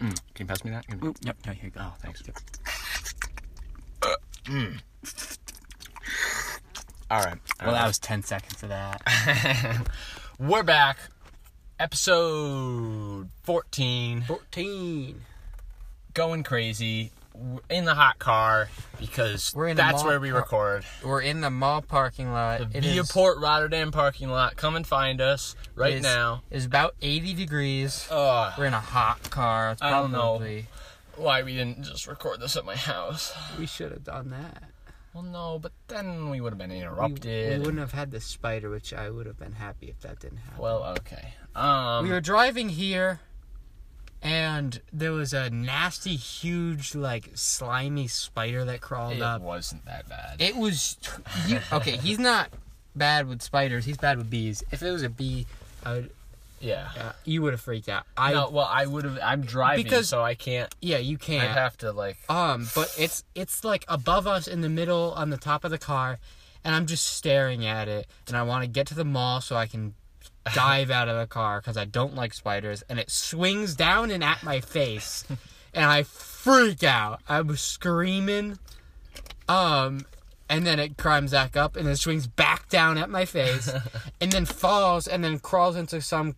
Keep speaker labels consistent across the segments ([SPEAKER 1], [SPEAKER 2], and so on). [SPEAKER 1] Mm. Can you pass me that? Give me-
[SPEAKER 2] Oop, yep, right, here you go.
[SPEAKER 1] Oh, thanks.
[SPEAKER 2] Yep.
[SPEAKER 1] All right. All
[SPEAKER 2] Well,
[SPEAKER 1] right.
[SPEAKER 2] that was 10 seconds of that.
[SPEAKER 1] We're back. Episode 14.
[SPEAKER 2] 14.
[SPEAKER 1] Going crazy. We're in the hot car because
[SPEAKER 3] We're in the
[SPEAKER 1] that's
[SPEAKER 3] mall
[SPEAKER 1] where we
[SPEAKER 3] par-
[SPEAKER 1] record.
[SPEAKER 3] We're in the mall parking lot.
[SPEAKER 1] The
[SPEAKER 3] It is-
[SPEAKER 1] Viaport Rotterdam parking lot. Come and find us
[SPEAKER 3] it
[SPEAKER 1] right
[SPEAKER 3] is-
[SPEAKER 1] now.
[SPEAKER 3] It's about 80 degrees.
[SPEAKER 1] Ugh,
[SPEAKER 3] We're in a hot car. It's
[SPEAKER 1] I don't know.
[SPEAKER 3] probably-
[SPEAKER 1] why we didn't just record this at my house?
[SPEAKER 3] We should have done that.
[SPEAKER 1] Well, no, but then we would have been
[SPEAKER 3] We, we
[SPEAKER 1] interrupted.
[SPEAKER 3] wouldn't have had the spider, which I would have been happy if that didn't happen.
[SPEAKER 1] well, okay. Um,
[SPEAKER 3] we were driving here, and there was a nasty, huge, like slimy spider that crawled
[SPEAKER 1] it
[SPEAKER 3] up.
[SPEAKER 1] wasn't that bad.
[SPEAKER 3] It was you, okay. He's not bad with spiders. He's bad with bees. If it was a bee, I would.
[SPEAKER 1] yeah.
[SPEAKER 3] Uh, you would have freaked out. I
[SPEAKER 1] no, well, I would have. I'm driving,
[SPEAKER 3] Because-
[SPEAKER 1] so I can't.
[SPEAKER 3] yeah, you can't.
[SPEAKER 1] I'd have to like.
[SPEAKER 3] Um, but it's it's like above us in the middle on the top of the car, and I'm just staring at it, and I want to get to the mall so I can dive out of the car because I don't like spiders, and it swings down and at my face, and I freak out. I was screaming, um, and then it climbs back up and then swings back down at my face, and then falls and then crawls into some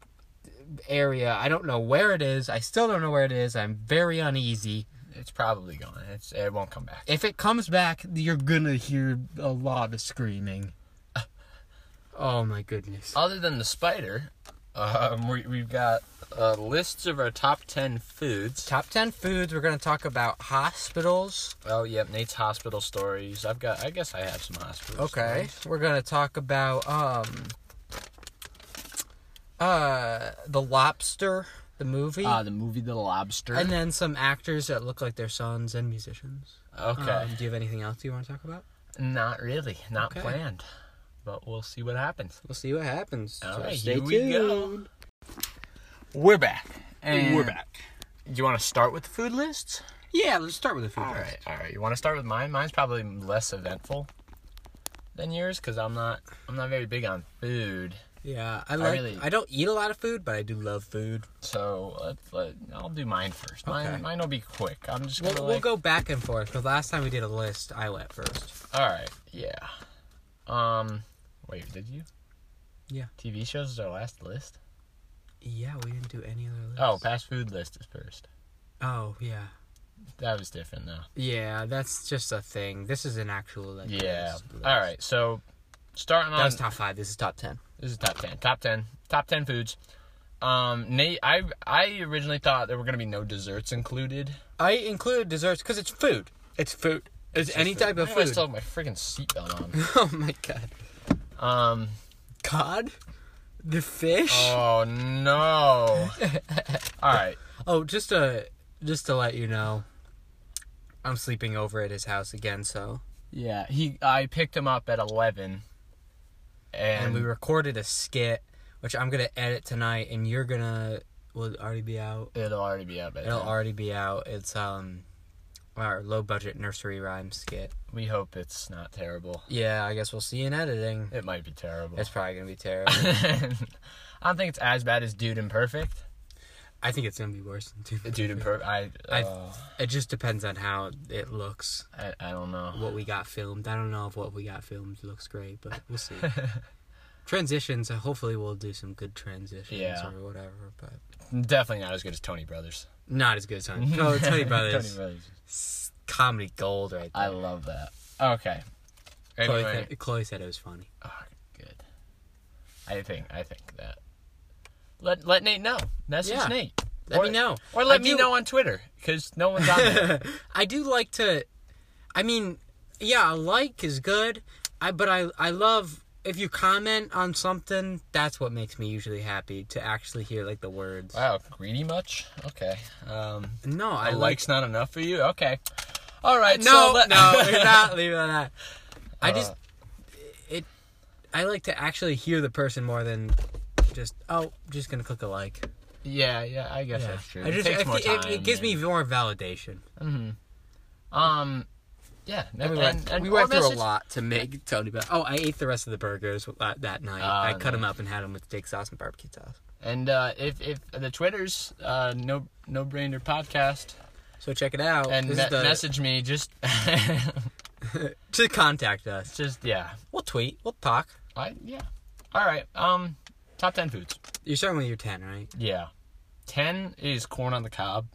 [SPEAKER 3] area. I don't know where it is. I still don't know where it is. I'm very uneasy
[SPEAKER 1] It's probably gone. It's, it won't come back.
[SPEAKER 3] if it comes back, you're gonna hear a lot of screaming. Oh my goodness.
[SPEAKER 1] Other than the spider, um, we, we've got uh, lists of our top 10 foods.
[SPEAKER 3] Top 10 foods, we're gonna talk about hospitals.
[SPEAKER 1] Oh, yep, Nate's hospital stories. I've got, I guess I have some hospital
[SPEAKER 3] Okay.
[SPEAKER 1] stories.
[SPEAKER 3] We're gonna talk about um uh the lobster, the movie.
[SPEAKER 1] Ah, the movie The Lobster.
[SPEAKER 3] and then some actors that look like their sons and musicians.
[SPEAKER 1] okay.
[SPEAKER 3] Um, do you have anything else you want to talk about?
[SPEAKER 1] not really. Not
[SPEAKER 3] Okay.
[SPEAKER 1] planned. But we'll see what happens.
[SPEAKER 3] We'll see what happens.
[SPEAKER 1] All
[SPEAKER 3] So
[SPEAKER 1] right,
[SPEAKER 3] stay
[SPEAKER 1] here we go.
[SPEAKER 3] tuned.
[SPEAKER 1] We're back.
[SPEAKER 2] We're back.
[SPEAKER 1] Do you want to start with the food lists?
[SPEAKER 3] Yeah, let's start with the food.
[SPEAKER 1] All
[SPEAKER 3] first.
[SPEAKER 1] right, all right. You want to start with mine? Mine's probably less eventful than yours because I'm not, I'm not very big on food.
[SPEAKER 3] Yeah, I like. I,
[SPEAKER 1] really-
[SPEAKER 3] don't eat a lot of food, but I do love food.
[SPEAKER 1] So let's, let, I'll do mine first. Mine,
[SPEAKER 3] Okay.
[SPEAKER 1] mine'll be quick. I'm just
[SPEAKER 3] We'll,
[SPEAKER 1] gonna
[SPEAKER 3] we'll
[SPEAKER 1] like,
[SPEAKER 3] go back and forth because last time we did a list, I went first.
[SPEAKER 1] All right, yeah. Um, wait, did you?
[SPEAKER 3] Yeah.
[SPEAKER 1] TV shows is our last list.
[SPEAKER 3] Yeah, we didn't do any other list.
[SPEAKER 1] Oh, fast food list is first.
[SPEAKER 3] oh yeah,
[SPEAKER 1] That was different though.
[SPEAKER 3] yeah. That's just a thing. This is an actual like.
[SPEAKER 1] Yeah.
[SPEAKER 3] list.
[SPEAKER 1] All right. Um, So starting
[SPEAKER 3] That
[SPEAKER 1] on
[SPEAKER 3] was top five. This is top ten.
[SPEAKER 1] This is top ten. Top ten. Top ten foods. Um, Nate, I I originally thought there were gonna be no desserts included.
[SPEAKER 3] I included desserts because it's food. It's food. It's, any type of
[SPEAKER 1] Why do I
[SPEAKER 3] food.
[SPEAKER 1] still have my freaking seatbelt
[SPEAKER 3] oh my god,
[SPEAKER 1] on. Um.
[SPEAKER 3] cod, the fish.
[SPEAKER 1] Oh no. All right.
[SPEAKER 3] oh, just to just to let you know, I'm sleeping over at his house again. So
[SPEAKER 1] Yeah. He. I picked him up at eleven. And,
[SPEAKER 3] and we recorded a skit, which I'm gonna edit tonight, and you're gonna will already be out.
[SPEAKER 1] It'll already be up.
[SPEAKER 3] It'll already be out. It's um our low budget nursery rhyme skit.
[SPEAKER 1] We hope it's not terrible.
[SPEAKER 3] Yeah, I guess we'll see you in editing.
[SPEAKER 1] It might be terrible.
[SPEAKER 3] It's probably gonna be terrible.
[SPEAKER 1] I don't think it's as bad as Dude Imperfect.
[SPEAKER 3] I think it's gonna be worse than two.
[SPEAKER 1] Dude Imperfect. I.
[SPEAKER 3] I-
[SPEAKER 1] Uh,
[SPEAKER 3] It just depends on how it looks,
[SPEAKER 1] I. I don't know.
[SPEAKER 3] what we got filmed. I don't know if what we got filmed looks great, but we'll see. transitions. uh, Hopefully, we'll do some good transitions
[SPEAKER 1] Yeah.
[SPEAKER 3] or whatever. But
[SPEAKER 1] Definitely not as good as Tony Brothers.
[SPEAKER 3] not as good as Tony. No, Tony Brothers.
[SPEAKER 1] Tony Brothers.
[SPEAKER 3] s- Comedy gold right there.
[SPEAKER 1] I love that. Okay. Anyway,
[SPEAKER 3] Chloe, said, Chloe said it was funny.
[SPEAKER 1] oh, good. I think I think that. Let let Nate know. Message
[SPEAKER 3] Yeah.
[SPEAKER 1] Nate.
[SPEAKER 3] Let
[SPEAKER 1] or,
[SPEAKER 3] me know.
[SPEAKER 1] Or let
[SPEAKER 3] I
[SPEAKER 1] me
[SPEAKER 3] do-
[SPEAKER 1] know on Twitter because no one's on there.
[SPEAKER 3] I do like to. I mean, yeah, a like is good. I but I I love if you comment on something. That's what makes me usually happy to actually hear like the words.
[SPEAKER 1] wow, greedy much? Okay. Um,
[SPEAKER 3] No,
[SPEAKER 1] a
[SPEAKER 3] I like.
[SPEAKER 1] like's not enough for you. Okay. All right.
[SPEAKER 3] No,
[SPEAKER 1] so let- Uh.
[SPEAKER 3] no, you're not leaving on that. I just it. I like to actually hear the person more than just oh, just gonna click a like.
[SPEAKER 1] yeah, yeah. I guess
[SPEAKER 3] Yeah,
[SPEAKER 1] that's true.
[SPEAKER 3] I
[SPEAKER 1] it
[SPEAKER 3] just
[SPEAKER 1] takes
[SPEAKER 3] I
[SPEAKER 1] more
[SPEAKER 3] fe- it,
[SPEAKER 1] time.
[SPEAKER 3] it gives me
[SPEAKER 1] and-
[SPEAKER 3] more validation.
[SPEAKER 1] Um, Yeah,
[SPEAKER 3] And we went, we went through a lot to make Tony better. Oh, I ate the rest of the burgers that, that night.
[SPEAKER 1] Ah,
[SPEAKER 3] I cut them up and had them with steak sauce and barbecue sauce.
[SPEAKER 1] And uh, if if the Twitter's uh, no no brainer podcast
[SPEAKER 3] So check it out.
[SPEAKER 1] and
[SPEAKER 3] this
[SPEAKER 1] me-
[SPEAKER 3] is the,
[SPEAKER 1] message me just
[SPEAKER 3] to contact us.
[SPEAKER 1] just yeah
[SPEAKER 3] We'll tweet. We'll talk.
[SPEAKER 1] I yeah all right um top ten foods
[SPEAKER 3] You're starting with your ten, right?
[SPEAKER 1] yeah ten is corn on the cob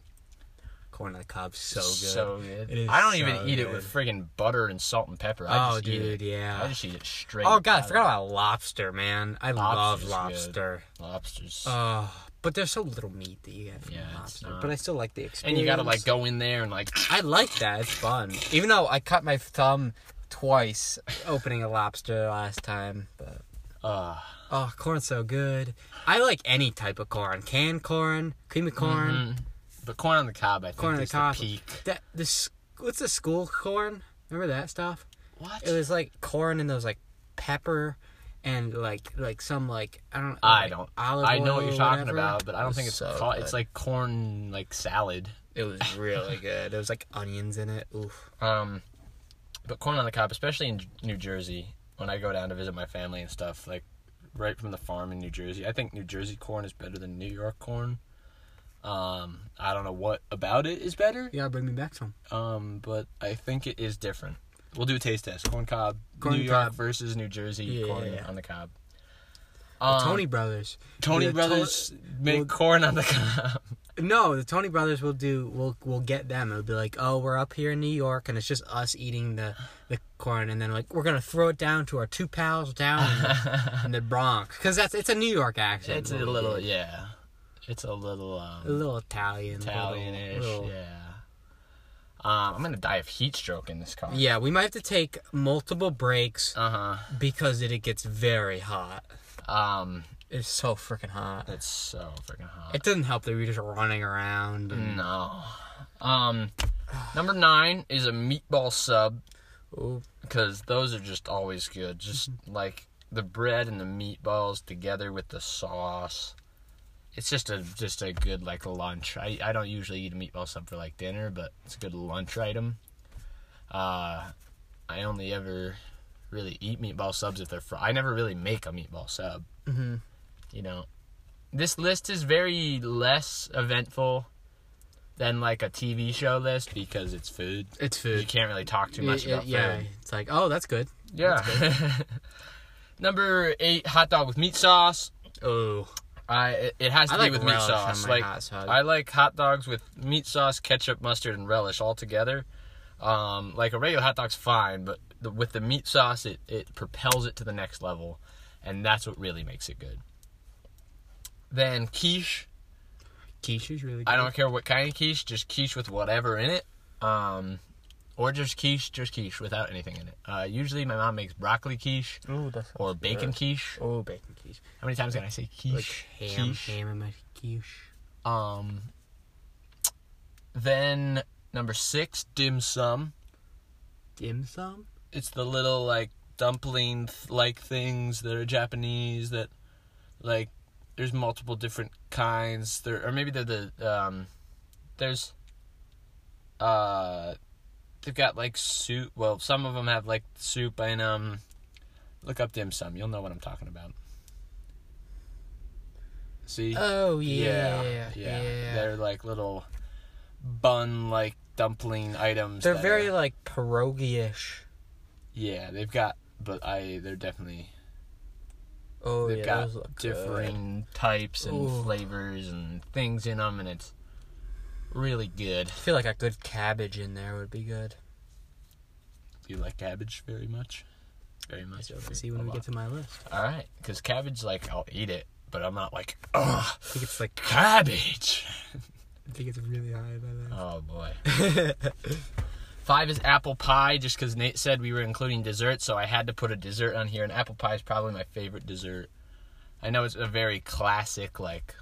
[SPEAKER 3] Corn on the cob, so good.
[SPEAKER 1] so good
[SPEAKER 3] It is
[SPEAKER 1] I don't even
[SPEAKER 3] so
[SPEAKER 1] eat it with friggin' butter and salt and pepper I
[SPEAKER 3] Oh,
[SPEAKER 1] just eat
[SPEAKER 3] dude,
[SPEAKER 1] it. I
[SPEAKER 3] yeah.
[SPEAKER 1] just eat it straight
[SPEAKER 3] Oh god, I
[SPEAKER 1] out
[SPEAKER 3] forgot
[SPEAKER 1] of-
[SPEAKER 3] about lobster, man. I
[SPEAKER 1] Lobster's
[SPEAKER 3] love
[SPEAKER 1] good.
[SPEAKER 3] lobster.
[SPEAKER 1] lobsters
[SPEAKER 3] Oh, but there's so little meat that you get from
[SPEAKER 1] Yeah, it's
[SPEAKER 3] lobster.
[SPEAKER 1] not-
[SPEAKER 3] But I still like the experience.
[SPEAKER 1] and you gotta like go in there and like
[SPEAKER 3] I like that. It's fun. Even though I cut my thumb twice opening a lobster last time, but
[SPEAKER 1] uh
[SPEAKER 3] oh, corn's so good. I like any type of corn. Canned corn, creamy corn,
[SPEAKER 1] mm. but corn on the cob I think
[SPEAKER 3] corn on the
[SPEAKER 1] is
[SPEAKER 3] cob.
[SPEAKER 1] peak
[SPEAKER 3] That this what's the school corn? Remember that stuff?
[SPEAKER 1] what
[SPEAKER 3] It was like corn and those like pepper and like like some like I don't
[SPEAKER 1] I
[SPEAKER 3] like,
[SPEAKER 1] don't.
[SPEAKER 3] olive
[SPEAKER 1] I know
[SPEAKER 3] oil
[SPEAKER 1] what you're
[SPEAKER 3] or
[SPEAKER 1] talking
[SPEAKER 3] whatever.
[SPEAKER 1] about, but I
[SPEAKER 3] It
[SPEAKER 1] don't
[SPEAKER 3] was
[SPEAKER 1] think it's
[SPEAKER 3] so
[SPEAKER 1] called.
[SPEAKER 3] good.
[SPEAKER 1] It's like corn like salad.
[SPEAKER 3] it was really good. It was like onions in it. Oof.
[SPEAKER 1] Um, but corn on the cob, especially in New Jersey, when I go down to visit my family and stuff, like right from the farm in New Jersey. I think New Jersey corn is better than New York corn. Um, I don't know what about it is better.
[SPEAKER 3] You gotta bring me back some.
[SPEAKER 1] Um, but I think it is different. We'll do a taste test. Corn cob,
[SPEAKER 3] Corn
[SPEAKER 1] New York
[SPEAKER 3] cob.
[SPEAKER 1] versus New Jersey
[SPEAKER 3] Yeah,
[SPEAKER 1] corn
[SPEAKER 3] yeah, yeah.
[SPEAKER 1] on the cob.
[SPEAKER 3] The
[SPEAKER 1] Um,
[SPEAKER 3] Tony Brothers.
[SPEAKER 1] Tony
[SPEAKER 3] the Tony-
[SPEAKER 1] Brothers make
[SPEAKER 3] well-
[SPEAKER 1] corn on the cob.
[SPEAKER 3] No, the Tony Brothers will do. We'll we'll get them. It'll be like, oh, we're up here in New York, and it's just us eating the the corn, and then like we're gonna throw it down to our two pals down in the, in the Bronx, because that's it's a New York accent.
[SPEAKER 1] It's a
[SPEAKER 3] what we
[SPEAKER 1] little,
[SPEAKER 3] did.
[SPEAKER 1] yeah. It's a little um,
[SPEAKER 3] a little Italian, little-
[SPEAKER 1] Italian-ish,
[SPEAKER 3] little-
[SPEAKER 1] yeah. Um, I'm gonna die of heat stroke in this car.
[SPEAKER 3] Yeah, we might have to take multiple breaks
[SPEAKER 1] Uh
[SPEAKER 3] because it, it gets very hot.
[SPEAKER 1] huh. Um,
[SPEAKER 3] It's so freaking hot.
[SPEAKER 1] it's so freaking hot.
[SPEAKER 3] It doesn't help that we're just running around.
[SPEAKER 1] Mm.
[SPEAKER 3] And,
[SPEAKER 1] no. Um, number nine is a meatball sub
[SPEAKER 3] Ooh, Mm-hmm.
[SPEAKER 1] because those are just always good. Just like the bread and the meatballs together with the sauce. It's just a just a good like lunch. I, I don't usually eat a meatball sub for like dinner, but it's a good lunch item. Uh, I only ever really eat meatball subs if they're fr- I never really make a meatball sub.
[SPEAKER 3] Mhm.
[SPEAKER 1] You know, this list is very less eventful than like a TV show list because it's food.
[SPEAKER 3] it's
[SPEAKER 1] You
[SPEAKER 3] food.
[SPEAKER 1] can't really talk too much
[SPEAKER 3] Yeah,
[SPEAKER 1] about
[SPEAKER 3] yeah,
[SPEAKER 1] food.
[SPEAKER 3] it's like, oh, that's good.
[SPEAKER 1] Yeah. Number eight, hot dog with meat sauce.
[SPEAKER 3] Oh,
[SPEAKER 1] I it, it has to
[SPEAKER 3] I
[SPEAKER 1] be
[SPEAKER 3] like
[SPEAKER 1] with meat
[SPEAKER 3] relish on
[SPEAKER 1] sauce.
[SPEAKER 3] my
[SPEAKER 1] Like
[SPEAKER 3] hot sauce.
[SPEAKER 1] I like hot dogs with meat sauce, ketchup, mustard, and relish all together. Um, like a regular hot dog's fine, but the, with the meat sauce, it it propels it to the next level, and that's what really makes it good. Then quiche.
[SPEAKER 3] quiche is really. good.
[SPEAKER 1] I don't care what kind of quiche, just quiche with whatever in it. Um, or just quiche, just quiche without anything in it. Uh, usually my mom makes broccoli quiche
[SPEAKER 3] Ooh, that sounds
[SPEAKER 1] or
[SPEAKER 3] good.
[SPEAKER 1] bacon quiche.
[SPEAKER 3] Oh, bacon quiche.
[SPEAKER 1] How many times can I say
[SPEAKER 3] Like
[SPEAKER 1] quiche?
[SPEAKER 3] ham,
[SPEAKER 1] quiche.
[SPEAKER 3] ham in my quiche.
[SPEAKER 1] Um. Then number six, dim sum.
[SPEAKER 3] Dim sum?
[SPEAKER 1] It's the little like dumpling th- like things that are Japanese that like there's multiple different kinds. There or maybe they're the um there's uh they've got like soup. Well, some of them have like soup and um look up dim sum. You'll know what I'm talking about. See?
[SPEAKER 3] Oh yeah,
[SPEAKER 1] yeah,
[SPEAKER 3] yeah.
[SPEAKER 1] They're like little bun like dumpling items.
[SPEAKER 3] They're
[SPEAKER 1] that
[SPEAKER 3] very
[SPEAKER 1] are-
[SPEAKER 3] like pierogi-ish.
[SPEAKER 1] yeah. They've got, but I they're definitely
[SPEAKER 3] Oh
[SPEAKER 1] they've
[SPEAKER 3] yeah, those
[SPEAKER 1] got
[SPEAKER 3] look
[SPEAKER 1] differing types and
[SPEAKER 3] Ooh.
[SPEAKER 1] flavors and things in them, and it's really good.
[SPEAKER 3] Good. I feel like a good cabbage in there would be good.
[SPEAKER 1] Do you like cabbage very much? Very much.
[SPEAKER 3] Let's see when we get to my list.
[SPEAKER 1] All right, because cabbage, like I'll eat it, but I'm not like, oh,
[SPEAKER 3] I think it's like
[SPEAKER 1] cabbage.
[SPEAKER 3] I think it's really high by
[SPEAKER 1] Oh boy.
[SPEAKER 3] that.
[SPEAKER 1] Five is apple pie, just because Nate said we were including dessert, so I had to put a dessert on here, and apple pie is probably my favorite dessert. I know it's a very classic, like,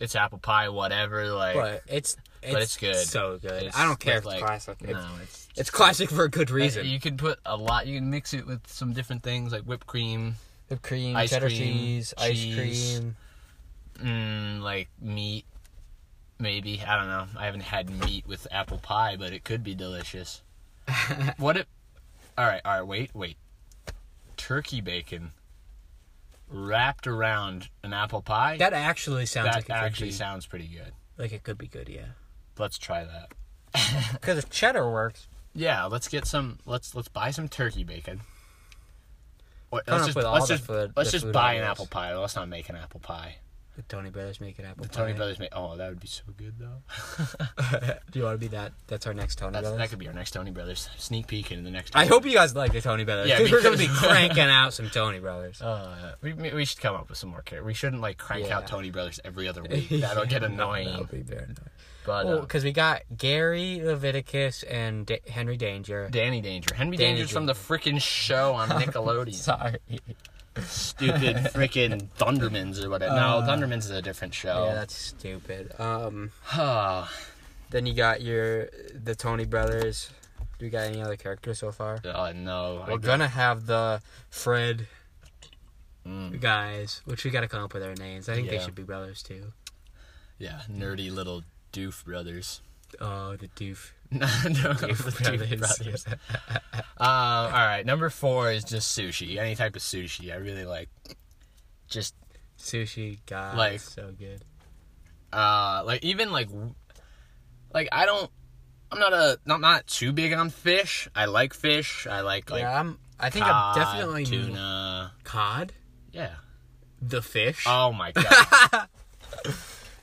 [SPEAKER 1] it's apple pie, whatever, like,
[SPEAKER 3] but it's, it's
[SPEAKER 1] it's good.
[SPEAKER 3] So good.
[SPEAKER 1] It's
[SPEAKER 3] I don't care if
[SPEAKER 1] with,
[SPEAKER 3] it's
[SPEAKER 1] like-
[SPEAKER 3] classic.
[SPEAKER 1] no,
[SPEAKER 3] It's,
[SPEAKER 1] it's,
[SPEAKER 3] it's classic for a good reason.
[SPEAKER 1] You can put a lot, you can mix it with some different things, like whipped cream,
[SPEAKER 3] the cream,
[SPEAKER 1] ice
[SPEAKER 3] cheddar
[SPEAKER 1] cream,
[SPEAKER 3] cheese, ice
[SPEAKER 1] cheese.
[SPEAKER 3] cream.
[SPEAKER 1] mm, like meat, maybe. I don't know. I haven't had meat with apple pie, but it could be delicious. what if, All right, all right, wait, wait. Turkey bacon wrapped around an apple pie.
[SPEAKER 3] That actually sounds
[SPEAKER 1] that
[SPEAKER 3] like it
[SPEAKER 1] actually
[SPEAKER 3] could be,
[SPEAKER 1] sounds pretty good.
[SPEAKER 3] like it could be good, yeah.
[SPEAKER 1] Let's try that.
[SPEAKER 4] Because if cheddar works,
[SPEAKER 1] Yeah, let's get some. Let's let's buy some turkey bacon. Or,
[SPEAKER 4] Coming
[SPEAKER 1] let's
[SPEAKER 4] up
[SPEAKER 1] just,
[SPEAKER 4] with all
[SPEAKER 1] let's
[SPEAKER 4] the
[SPEAKER 1] just,
[SPEAKER 4] food-
[SPEAKER 1] let's
[SPEAKER 4] the
[SPEAKER 1] just
[SPEAKER 4] food
[SPEAKER 1] buy an
[SPEAKER 4] ideas.
[SPEAKER 1] apple pie. Let's not make an apple pie.
[SPEAKER 3] The Tony Brothers make an apple
[SPEAKER 1] The
[SPEAKER 3] pie.
[SPEAKER 1] Tony Brothers make. Oh, that would be so good though.
[SPEAKER 3] Do you want to be that? That's our next Tony
[SPEAKER 1] That's,
[SPEAKER 3] Brothers.
[SPEAKER 1] that could be our next Tony Brothers sneak peek into the next.
[SPEAKER 3] I hope you guys like the Tony Brothers.
[SPEAKER 1] Yeah,
[SPEAKER 3] 'cause we're going to be
[SPEAKER 1] because-
[SPEAKER 3] cranking out some Tony Brothers.
[SPEAKER 1] Uh, we we should come up with some more characters. We shouldn't like crank
[SPEAKER 3] Yeah.
[SPEAKER 1] out Tony Brothers every other week. That'll get annoying.
[SPEAKER 3] That'll be very annoying.
[SPEAKER 1] But
[SPEAKER 3] Well,
[SPEAKER 1] uh,
[SPEAKER 3] because we got Gary Leviticus and Da- Henry Danger.
[SPEAKER 1] Danny Danger, Henry
[SPEAKER 3] Danny
[SPEAKER 1] Danger's from the frickin' show on Nickelodeon.
[SPEAKER 3] Sorry.
[SPEAKER 1] Stupid frickin' Thundermans or whatever. no, Thundermans is a different show.
[SPEAKER 3] Uh,
[SPEAKER 1] Uh,
[SPEAKER 3] Yeah, that's stupid. Um,
[SPEAKER 1] Huh.
[SPEAKER 3] then you got your the Tony Brothers. Do we got any other characters so far?
[SPEAKER 1] oh no. I
[SPEAKER 3] We're
[SPEAKER 1] don't-
[SPEAKER 3] gonna have the Fred
[SPEAKER 1] Mm.
[SPEAKER 3] guys, which we gotta come up with their names. I think they
[SPEAKER 1] Yeah.
[SPEAKER 3] should be brothers too.
[SPEAKER 1] Yeah, nerdy little doof brothers.
[SPEAKER 3] Oh, the doof.
[SPEAKER 1] no, no, the doof brothers. Um, all right, number four is just sushi. Any type of sushi, I really like. Just
[SPEAKER 3] Sushi guys.
[SPEAKER 1] Like-
[SPEAKER 3] so good.
[SPEAKER 1] uh, like even like, w- like I don't. I'm not a. I'm not too big on fish. I like fish. I like like.
[SPEAKER 3] yeah, I'm. I think
[SPEAKER 1] cod,
[SPEAKER 3] I'm definitely
[SPEAKER 1] tuna.
[SPEAKER 3] cod.
[SPEAKER 1] Yeah.
[SPEAKER 3] The fish.
[SPEAKER 1] Oh my god.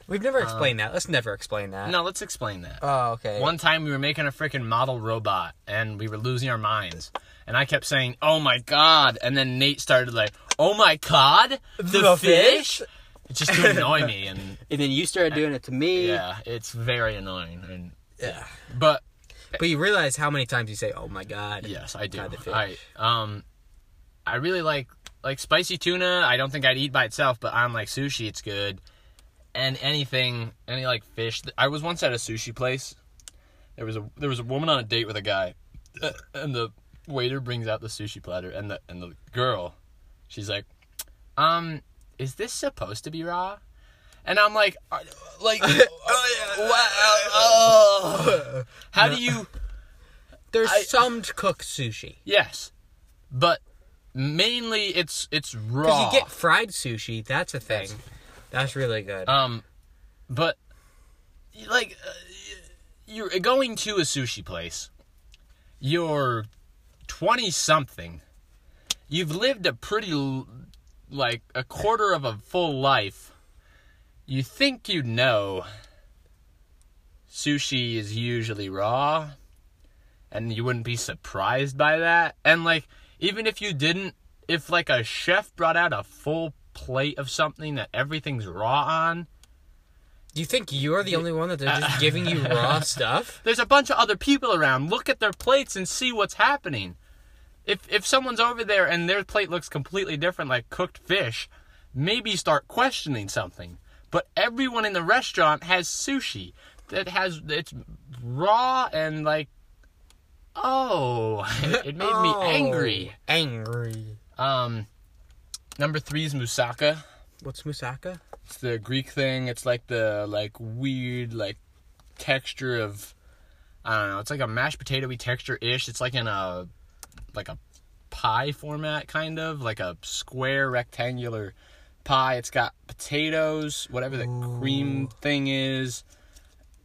[SPEAKER 3] We've never explained that. Let's never explain that.
[SPEAKER 1] uh, no, let's explain that.
[SPEAKER 3] Oh, okay.
[SPEAKER 1] One time we were making a freaking model robot and we were losing our minds. And I kept saying, "Oh my god!" And then Nate started like, "Oh my god, the,
[SPEAKER 3] The
[SPEAKER 1] fish?
[SPEAKER 3] fish?
[SPEAKER 1] It just to annoy me, and
[SPEAKER 3] And then you started doing it to me.
[SPEAKER 1] yeah, it's very annoying. And
[SPEAKER 3] Yeah.
[SPEAKER 1] but
[SPEAKER 3] But you realize how many times you say, "Oh my god."
[SPEAKER 1] yes, I do.
[SPEAKER 3] God, the fish.
[SPEAKER 1] I um, I really like like spicy tuna. I don't think I'd eat by itself, but on like sushi, it's good. And anything, any like fish. I was once at a sushi place. There was a there was a woman on a date with a guy, uh, and the waiter brings out the sushi platter, and the and the girl, she's like, um, is this supposed to be raw? And I'm like, are- like, wow, oh. how do you?
[SPEAKER 3] There's
[SPEAKER 1] I-
[SPEAKER 3] some cooked sushi.
[SPEAKER 1] Yes, but mainly it's it's
[SPEAKER 3] Because
[SPEAKER 1] raw.
[SPEAKER 3] you get fried sushi. That's a thing. That's really good.
[SPEAKER 1] um, but like uh, you're going to a sushi place. You're twenty something. You've lived a pretty l- like a quarter of a full life. You think you know. Sushi is usually raw, and you wouldn't be surprised by that. And like, even if you didn't, if like a chef brought out a full plate of something that everything's raw on,
[SPEAKER 3] Do you think you're the only one that
[SPEAKER 1] uh,
[SPEAKER 3] they're just giving you raw stuff?
[SPEAKER 1] there's a bunch of other people around. Look at their plates and see what's happening. If if someone's over there and their plate looks completely different, like cooked fish, maybe start questioning something. But everyone in the restaurant has sushi that has it's raw and like, oh, it, it made
[SPEAKER 3] Oh,
[SPEAKER 1] me angry.
[SPEAKER 3] Angry.
[SPEAKER 1] Um, number three is moussaka.
[SPEAKER 3] What's moussaka?
[SPEAKER 1] It's the Greek thing. It's like the like weird like texture of I don't know. It's like a mashed potatoy texture ish. It's like in a like a pie format kind of like a square rectangular pie. It's got potatoes, whatever the cream thing is.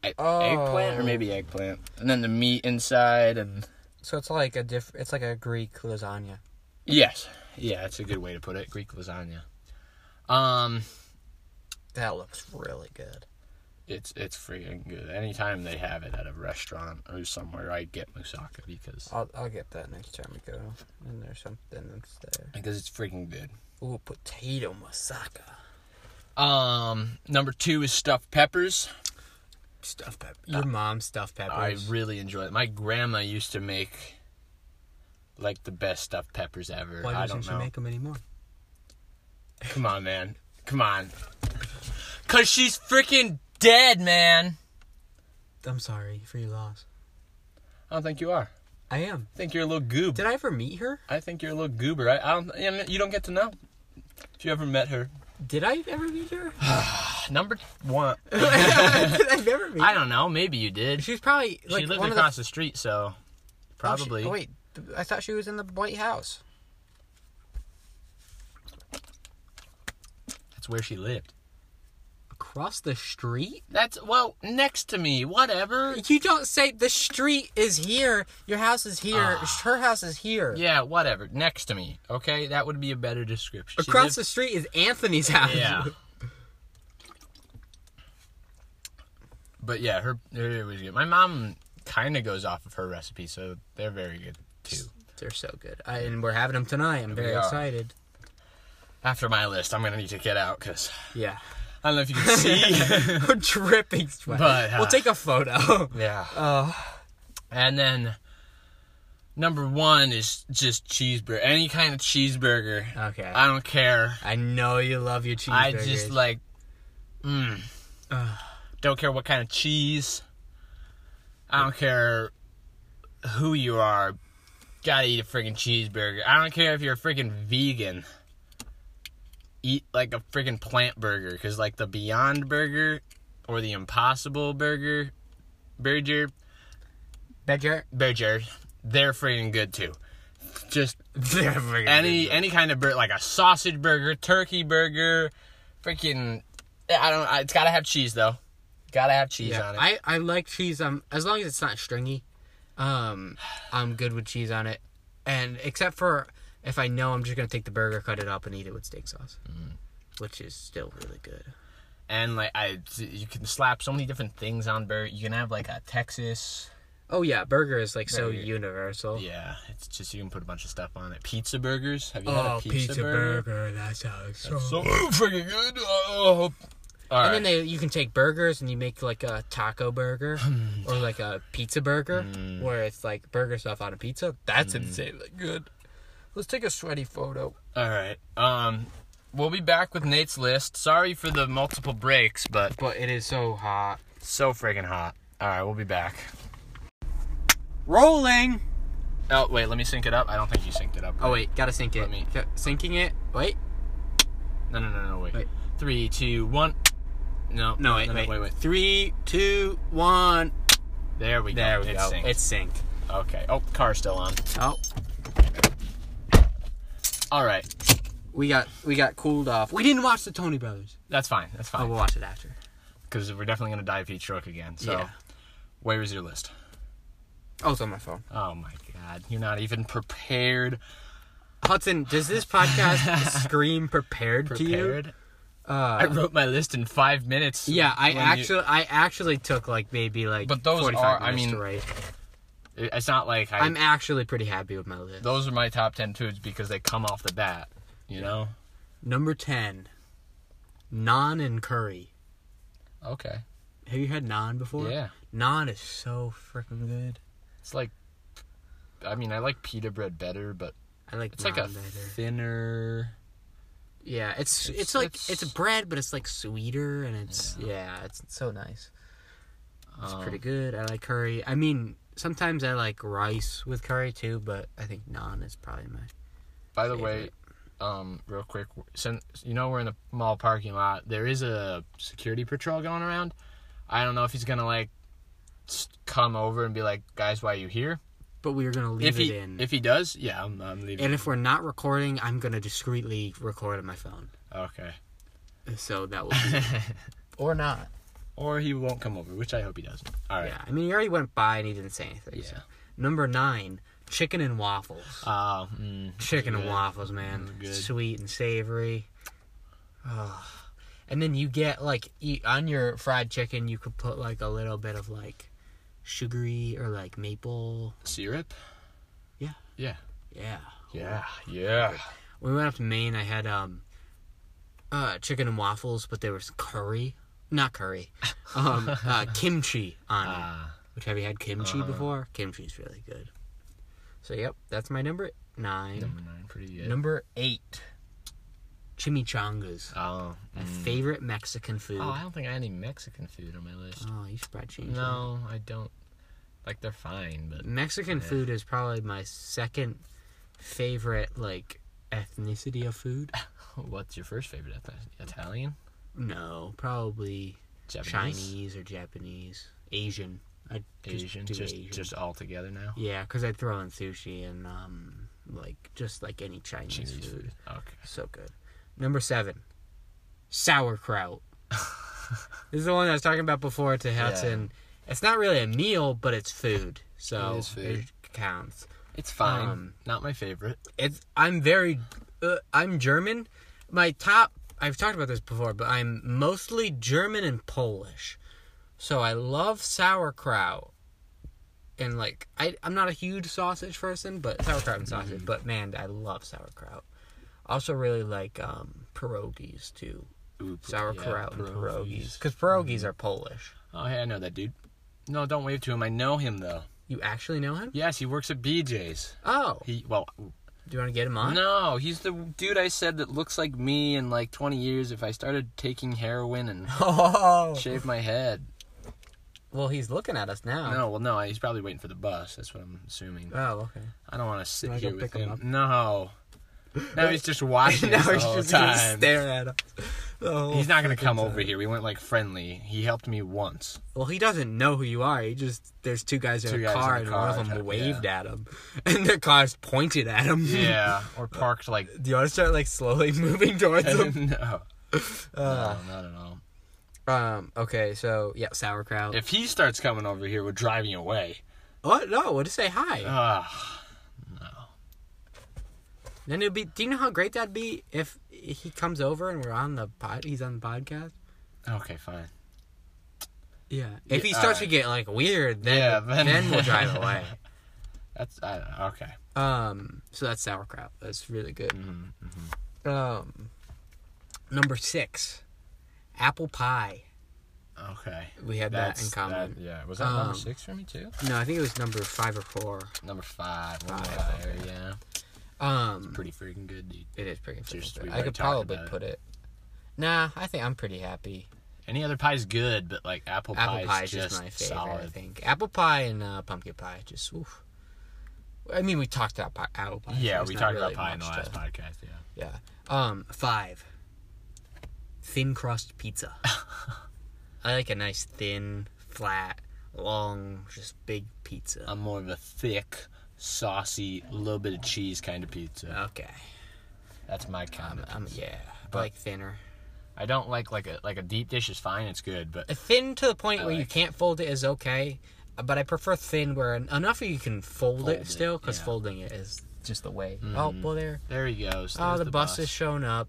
[SPEAKER 1] e-
[SPEAKER 3] Oh.
[SPEAKER 1] Eggplant or maybe eggplant, and then the meat inside, and
[SPEAKER 3] So it's like a diff. It's like a Greek lasagna.
[SPEAKER 1] yes, yeah, that's a good way to put it. Greek lasagna. Um,
[SPEAKER 3] That looks really good.
[SPEAKER 1] it's it's freaking good. Anytime they have it at a restaurant or somewhere, I get moussaka because
[SPEAKER 3] I'll, I'll get that next time we go. And there's something that's there.
[SPEAKER 1] because it's freaking good.
[SPEAKER 3] Ooh, potato moussaka.
[SPEAKER 1] Um, number two is stuffed peppers.
[SPEAKER 3] Stuffed uh, pepper. Your mom's stuffed
[SPEAKER 1] I
[SPEAKER 3] peppers.
[SPEAKER 1] really enjoy it. My grandma used to make like the best stuffed peppers ever.
[SPEAKER 3] Why
[SPEAKER 1] I
[SPEAKER 3] doesn't
[SPEAKER 1] don't
[SPEAKER 3] she
[SPEAKER 1] know.
[SPEAKER 3] make them anymore?
[SPEAKER 1] Come on, man. Come on. Cause she's freaking dead, man.
[SPEAKER 3] I'm sorry for your loss.
[SPEAKER 1] I don't think you are.
[SPEAKER 3] I am.
[SPEAKER 1] I think you're a little goob.
[SPEAKER 3] Did I ever meet her?
[SPEAKER 1] I think you're a little goober. I, I don't. you know, You don't get to know. If you ever met her.
[SPEAKER 3] Did I ever meet her?
[SPEAKER 1] Number one.
[SPEAKER 3] Did I never meet
[SPEAKER 1] I
[SPEAKER 3] her?
[SPEAKER 1] don't know. Maybe you did.
[SPEAKER 3] She's probably like
[SPEAKER 1] she lived
[SPEAKER 3] one
[SPEAKER 1] across
[SPEAKER 3] of
[SPEAKER 1] the... street, so
[SPEAKER 3] the, Oh, she-
[SPEAKER 1] probably.
[SPEAKER 3] Oh, wait, I thought she was in the White House.
[SPEAKER 1] That's where she lived.
[SPEAKER 3] Across the street?
[SPEAKER 1] That's well next to me. Whatever.
[SPEAKER 3] You don't say the street is here. Your house is here. Her house is here.
[SPEAKER 1] Ah. Yeah, whatever. Next to me. Okay, that would be a better description. She
[SPEAKER 3] Across
[SPEAKER 1] lived-
[SPEAKER 3] the street is Anthony's house.
[SPEAKER 1] Yeah. but yeah, her it was good. My mom kind of goes off of her recipe, so they're very good too.
[SPEAKER 3] They're so good. I, and we're having them tonight. I'm very
[SPEAKER 1] are.
[SPEAKER 3] excited.
[SPEAKER 1] After my list, I'm gonna need to get out because
[SPEAKER 3] Yeah.
[SPEAKER 1] I don't know if you can see,
[SPEAKER 3] we're dripping sweat.
[SPEAKER 1] but uh,
[SPEAKER 3] we'll take a photo.
[SPEAKER 1] yeah.
[SPEAKER 3] Uh,
[SPEAKER 1] And then number one is just cheeseburger, any kind of cheeseburger.
[SPEAKER 3] okay.
[SPEAKER 1] I don't care.
[SPEAKER 3] I know you love your cheeseburgers.
[SPEAKER 1] I just like, mm,
[SPEAKER 3] Ugh.
[SPEAKER 1] don't care what kind of cheese. I don't care who you are. Gotta eat a freaking cheeseburger. I don't care if you're a freaking vegan. Eat like a freaking plant burger, cause like the Beyond Burger or the Impossible Burger, Burger,
[SPEAKER 3] Badger.
[SPEAKER 1] Burger, they're freaking good too. Just
[SPEAKER 3] They're freaking
[SPEAKER 1] any
[SPEAKER 3] good.
[SPEAKER 1] any kind of burger, like a sausage burger, turkey burger, freaking. I don't. I, it's gotta have cheese though. Gotta have cheese
[SPEAKER 3] Yeah,
[SPEAKER 1] on it.
[SPEAKER 3] I, I like cheese. Um, as long as it's not stringy, um, I'm good with cheese on it. And except for if I know I'm just gonna take the burger, cut it up, and eat it with steak sauce, which is still really good.
[SPEAKER 1] and like I, you can slap so many different things on burger. You can have like a Texas.
[SPEAKER 3] Oh yeah, burger is like so
[SPEAKER 1] Burger.
[SPEAKER 3] universal.
[SPEAKER 1] Yeah, it's just you can put a bunch of stuff on it. Pizza burgers. Have you had
[SPEAKER 3] Oh,
[SPEAKER 1] a
[SPEAKER 3] pizza,
[SPEAKER 1] pizza, burger?
[SPEAKER 3] that sounds so.
[SPEAKER 1] So freaking good. Oh. All
[SPEAKER 3] and
[SPEAKER 1] right.
[SPEAKER 3] then they, you can take burgers and you make like a taco burger
[SPEAKER 1] Hmm.
[SPEAKER 3] or like a pizza burger where it's like burger stuff on a pizza. That's
[SPEAKER 1] Hmm.
[SPEAKER 3] insanely good. Let's take a sweaty photo.
[SPEAKER 1] All right. Um, we'll be back with Nate's list. Sorry for the multiple breaks, but
[SPEAKER 3] But it is so hot.
[SPEAKER 1] so freaking hot. All right, we'll be back.
[SPEAKER 3] Rolling.
[SPEAKER 1] Oh wait, let me sync it up. I don't think you synced it up.
[SPEAKER 3] Oh wait, gotta sink it.
[SPEAKER 1] Let me-
[SPEAKER 3] Ca- Sinking it. Wait.
[SPEAKER 1] No, no, no, no, wait.
[SPEAKER 3] Wait.
[SPEAKER 1] Three, two, one. No,
[SPEAKER 3] No wait.
[SPEAKER 1] no,
[SPEAKER 3] wait.
[SPEAKER 1] wait, wait.
[SPEAKER 3] Three, two, one.
[SPEAKER 1] There we go.
[SPEAKER 3] There we
[SPEAKER 1] It's
[SPEAKER 3] go.
[SPEAKER 1] synced.
[SPEAKER 3] It's synced.
[SPEAKER 1] okay. Oh, car's still on.
[SPEAKER 3] Oh,
[SPEAKER 1] All right,
[SPEAKER 3] we got we got cooled off. We didn't watch the Tony Brothers.
[SPEAKER 1] that's fine. That's
[SPEAKER 3] Oh,
[SPEAKER 1] fine.
[SPEAKER 3] we'll watch it after.
[SPEAKER 1] Because we're definitely gonna dive each truck again. So,
[SPEAKER 3] Yeah.
[SPEAKER 1] where is your list?
[SPEAKER 3] Oh, it's on my phone.
[SPEAKER 1] Oh my God, you're not even prepared.
[SPEAKER 3] Hudson, does this podcast scream prepared, to you?
[SPEAKER 1] Prepared. I
[SPEAKER 3] Uh,
[SPEAKER 1] wrote my list in five minutes.
[SPEAKER 3] yeah, I
[SPEAKER 1] when you-
[SPEAKER 3] actually I actually took like maybe like
[SPEAKER 1] But those
[SPEAKER 3] 45
[SPEAKER 1] are- I
[SPEAKER 3] minutes to
[SPEAKER 1] mean,
[SPEAKER 3] write.
[SPEAKER 1] It's not like I.
[SPEAKER 3] I'm actually pretty happy with my list.
[SPEAKER 1] those are my top ten foods because they come off the bat. You know.
[SPEAKER 3] Number ten, naan and curry.
[SPEAKER 1] Okay.
[SPEAKER 3] Have you had naan before?
[SPEAKER 1] Yeah.
[SPEAKER 3] Naan is so freaking good.
[SPEAKER 1] It's like. I mean, I like pita bread better, but
[SPEAKER 3] I like
[SPEAKER 1] it's
[SPEAKER 3] naan
[SPEAKER 1] like a
[SPEAKER 3] better.
[SPEAKER 1] thinner.
[SPEAKER 3] Yeah, it's it's,
[SPEAKER 1] It's-
[SPEAKER 3] like
[SPEAKER 1] it's-
[SPEAKER 3] it's, bread, but it's like sweeter and it's yeah, it's so nice. It's
[SPEAKER 1] Um,
[SPEAKER 3] pretty good. I like curry. I mean, sometimes I like rice with curry too, but I think naan is probably my
[SPEAKER 1] By the way,
[SPEAKER 3] favorite.
[SPEAKER 1] um, real quick, since you know we're in the mall parking lot, there is a security patrol going around. I don't know if he's gonna like s- come over and be like, "Guys, why are you here?"
[SPEAKER 3] But we're gonna leave
[SPEAKER 1] if he
[SPEAKER 3] it in.
[SPEAKER 1] if he does, yeah, I'm, I'm leaving.
[SPEAKER 3] and if we're not recording, I'm gonna discreetly record on my phone,
[SPEAKER 1] okay,
[SPEAKER 3] so that will. Be... or not.
[SPEAKER 1] or he won't come over, which I hope he doesn't. All right,
[SPEAKER 3] Yeah, I mean, he already went by and he didn't say anything. so.
[SPEAKER 1] Yeah.
[SPEAKER 3] Number nine, chicken and waffles.
[SPEAKER 1] Uh, mm,
[SPEAKER 3] Chicken and
[SPEAKER 1] good.
[SPEAKER 3] waffles, man.
[SPEAKER 1] Mm, good.
[SPEAKER 3] Sweet and savory. Ugh. And then you get like eat, on your fried chicken, you could put like a little bit of like sugary or like maple.
[SPEAKER 1] syrup.
[SPEAKER 3] Yeah.
[SPEAKER 1] Yeah.
[SPEAKER 3] Yeah.
[SPEAKER 1] Yeah. Yeah.
[SPEAKER 3] When we went up to Maine, I had um uh chicken and waffles, but there was curry, not curry, um uh, kimchi on it.
[SPEAKER 1] Uh,
[SPEAKER 3] Which have you had kimchi
[SPEAKER 1] Uh-huh.
[SPEAKER 3] before? Kimchi's really good. So yep, that's my number nine.
[SPEAKER 1] number nine, pretty good.
[SPEAKER 3] Number eight, chimichangas.
[SPEAKER 1] oh,
[SPEAKER 3] My
[SPEAKER 1] mm.
[SPEAKER 3] favorite Mexican food.
[SPEAKER 1] oh, I
[SPEAKER 3] Oh,
[SPEAKER 1] don't think I had any Mexican food on my list.
[SPEAKER 3] you should probably change that.
[SPEAKER 1] No, I don't. Like they're fine, but
[SPEAKER 3] Mexican
[SPEAKER 1] Yeah.
[SPEAKER 3] food is probably my second favorite, like, ethnicity of food.
[SPEAKER 1] What's your first favorite? ethnic- Italian?
[SPEAKER 3] No, probably
[SPEAKER 1] Japanese?
[SPEAKER 3] Chinese or Japanese. Asian. I
[SPEAKER 1] Asian,
[SPEAKER 3] do
[SPEAKER 1] just
[SPEAKER 3] Asian.
[SPEAKER 1] just all together now.
[SPEAKER 3] yeah, because I throw in sushi and um like just like any Chinese,
[SPEAKER 1] Chinese
[SPEAKER 3] food.
[SPEAKER 1] food. Okay.
[SPEAKER 3] So good. Number seven, sauerkraut. this is the one I was talking about before to Hudson. It's not really a meal, but it's food, so
[SPEAKER 1] It is food.
[SPEAKER 3] it counts.
[SPEAKER 1] It's fine.
[SPEAKER 3] Um,
[SPEAKER 1] Not my favorite.
[SPEAKER 3] It's I'm very uh, I'm German. My top I've talked about this before, but I'm mostly German and Polish. So I love sauerkraut. And like I I'm not a huge sausage person, but sauerkraut and sausage,
[SPEAKER 1] Mm-hmm.
[SPEAKER 3] but man, I love sauerkraut. Also really like um pierogies too.
[SPEAKER 1] Ooh,
[SPEAKER 3] Sauerkraut
[SPEAKER 1] yeah,
[SPEAKER 3] and pierogies
[SPEAKER 1] pierogies. Mm-hmm.
[SPEAKER 3] cuz pierogies are Polish.
[SPEAKER 1] Oh, hey, I know that dude. No, don't wave to him. I know him though.
[SPEAKER 3] You actually know him?
[SPEAKER 1] Yes, he works at BJ's.
[SPEAKER 3] Oh,
[SPEAKER 1] He well,
[SPEAKER 3] do you want to get him on?
[SPEAKER 1] no, he's the dude I said that looks like me in like 20 years if I started taking heroin and
[SPEAKER 3] Oh.
[SPEAKER 1] shaved my head.
[SPEAKER 3] Well, he's looking at us now.
[SPEAKER 1] No, well, no, he's probably waiting for the bus. That's what I'm assuming.
[SPEAKER 3] Oh, okay.
[SPEAKER 1] I don't want to sit
[SPEAKER 3] Wanna go
[SPEAKER 1] here with
[SPEAKER 3] pick him
[SPEAKER 1] him. No. Now he's just watching
[SPEAKER 3] now
[SPEAKER 1] us the
[SPEAKER 3] he's
[SPEAKER 1] whole
[SPEAKER 3] just gonna
[SPEAKER 1] time.
[SPEAKER 3] stare at him. The whole
[SPEAKER 1] He's not gonna
[SPEAKER 3] freaking
[SPEAKER 1] come over
[SPEAKER 3] time.
[SPEAKER 1] here. We went like friendly. He helped me once.
[SPEAKER 3] Well, he doesn't know who you are. He just there's two guys in
[SPEAKER 1] Two
[SPEAKER 3] a
[SPEAKER 1] guys in
[SPEAKER 3] car,
[SPEAKER 1] a
[SPEAKER 3] and one of
[SPEAKER 1] car,
[SPEAKER 3] them
[SPEAKER 1] yeah.
[SPEAKER 3] waved at him, and the car's pointed at him.
[SPEAKER 1] Yeah, or parked like
[SPEAKER 3] Do you want to start like slowly moving towards him?
[SPEAKER 1] no,
[SPEAKER 3] Uh,
[SPEAKER 1] no, not at all.
[SPEAKER 3] um. Okay. So yeah, sauerkraut.
[SPEAKER 1] If he starts coming over here, we're driving away.
[SPEAKER 3] what? No. What to say? Hi.
[SPEAKER 1] Uh. Ugh.
[SPEAKER 3] then it'd be. Do you know how great that'd be if he comes over and we're on the pod? He's on the podcast.
[SPEAKER 1] Okay, fine.
[SPEAKER 3] Yeah. If he
[SPEAKER 1] Yeah,
[SPEAKER 3] starts
[SPEAKER 1] alright.
[SPEAKER 3] to get like weird, then
[SPEAKER 1] Yeah,
[SPEAKER 3] then,
[SPEAKER 1] then-
[SPEAKER 3] we'll drive away.
[SPEAKER 1] That's I don't know. okay.
[SPEAKER 3] Um. So that's sauerkraut. That's really good.
[SPEAKER 1] Mhm.
[SPEAKER 3] Um, number six, apple pie.
[SPEAKER 1] Okay.
[SPEAKER 3] We had that in
[SPEAKER 1] That's
[SPEAKER 3] common.
[SPEAKER 1] that- yeah. Was that
[SPEAKER 3] Um,
[SPEAKER 1] number six for me too?
[SPEAKER 3] No, I think it was number five or four.
[SPEAKER 1] Number five.
[SPEAKER 3] Five,
[SPEAKER 1] five Yeah.
[SPEAKER 3] Um,
[SPEAKER 1] Pretty freaking good, dude.
[SPEAKER 3] it is pretty.
[SPEAKER 1] Just-
[SPEAKER 3] freaking good.
[SPEAKER 1] we've
[SPEAKER 3] I
[SPEAKER 1] already
[SPEAKER 3] could
[SPEAKER 1] talked
[SPEAKER 3] probably
[SPEAKER 1] about it.
[SPEAKER 3] put it. Nah, I think I'm pretty happy.
[SPEAKER 1] Any other pie's good, but like apple,
[SPEAKER 3] Apple pie
[SPEAKER 1] pie
[SPEAKER 3] is just, my favorite. I
[SPEAKER 1] solid.
[SPEAKER 3] think apple pie and uh, pumpkin pie just. Oof. I mean, we talked about pi- apple pie. so
[SPEAKER 1] Yeah,
[SPEAKER 3] there's
[SPEAKER 1] we
[SPEAKER 3] not
[SPEAKER 1] talked
[SPEAKER 3] really
[SPEAKER 1] about pie in the
[SPEAKER 3] much
[SPEAKER 1] last
[SPEAKER 3] to-
[SPEAKER 1] podcast. Yeah.
[SPEAKER 3] Yeah. Um, five. Thin crust pizza. I like a nice thin, flat, long, just big pizza.
[SPEAKER 1] I'm more of a thick, saucy, little bit of cheese kind of pizza.
[SPEAKER 3] Okay.
[SPEAKER 1] That's my kind of.
[SPEAKER 3] Um,
[SPEAKER 1] pizza.
[SPEAKER 3] yeah. I
[SPEAKER 1] But-
[SPEAKER 3] like thinner.
[SPEAKER 1] I don't like like a like a deep dish is fine. It's good, but
[SPEAKER 3] A Thin to the point
[SPEAKER 1] I
[SPEAKER 3] where you
[SPEAKER 1] like-
[SPEAKER 3] can't fold it is okay, but I prefer thin where en- enough you can fold,
[SPEAKER 1] Fold
[SPEAKER 3] it
[SPEAKER 1] it,
[SPEAKER 3] still because
[SPEAKER 1] yeah.
[SPEAKER 3] folding it is just the way. Oh, well, there.
[SPEAKER 1] there he goes.
[SPEAKER 3] Oh,
[SPEAKER 1] There's
[SPEAKER 3] the, bus has shown up.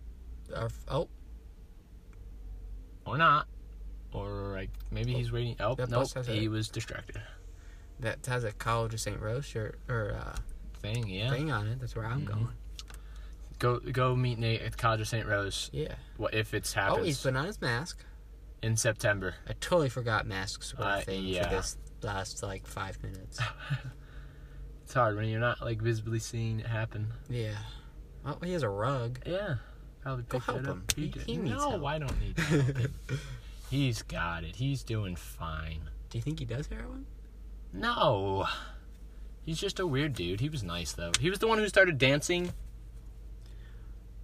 [SPEAKER 3] Our f- oh,
[SPEAKER 1] or not, or like maybe he's waiting. Oh
[SPEAKER 3] That
[SPEAKER 1] nope,
[SPEAKER 3] bus has
[SPEAKER 1] he
[SPEAKER 3] a-
[SPEAKER 1] was distracted.
[SPEAKER 3] that has a College of St. Rose shirt or uh,
[SPEAKER 1] Thing, yeah.
[SPEAKER 3] thing on it. That's where I'm going.
[SPEAKER 1] Go go meet Nate at College of St. Rose.
[SPEAKER 3] Yeah.
[SPEAKER 1] What if it's
[SPEAKER 3] Oh, he's
[SPEAKER 1] happens
[SPEAKER 3] putting on his mask.
[SPEAKER 1] in September?
[SPEAKER 3] I totally forgot masks were a
[SPEAKER 1] Uh,
[SPEAKER 3] thing
[SPEAKER 1] yeah.
[SPEAKER 3] for this last like five minutes.
[SPEAKER 1] It's hard when you're not like visibly seeing it happen.
[SPEAKER 3] yeah. Well, he has a rug.
[SPEAKER 1] Yeah, probably
[SPEAKER 3] Go
[SPEAKER 1] pick
[SPEAKER 3] help
[SPEAKER 1] that
[SPEAKER 3] him.
[SPEAKER 1] up.
[SPEAKER 3] He-
[SPEAKER 1] did-
[SPEAKER 3] he needs
[SPEAKER 1] no,
[SPEAKER 3] help.
[SPEAKER 1] I don't need. To help him. he's got it. He's doing fine.
[SPEAKER 3] Do you think he does heroin?
[SPEAKER 1] No. He's just a weird dude. He was nice though. He was the one who started dancing.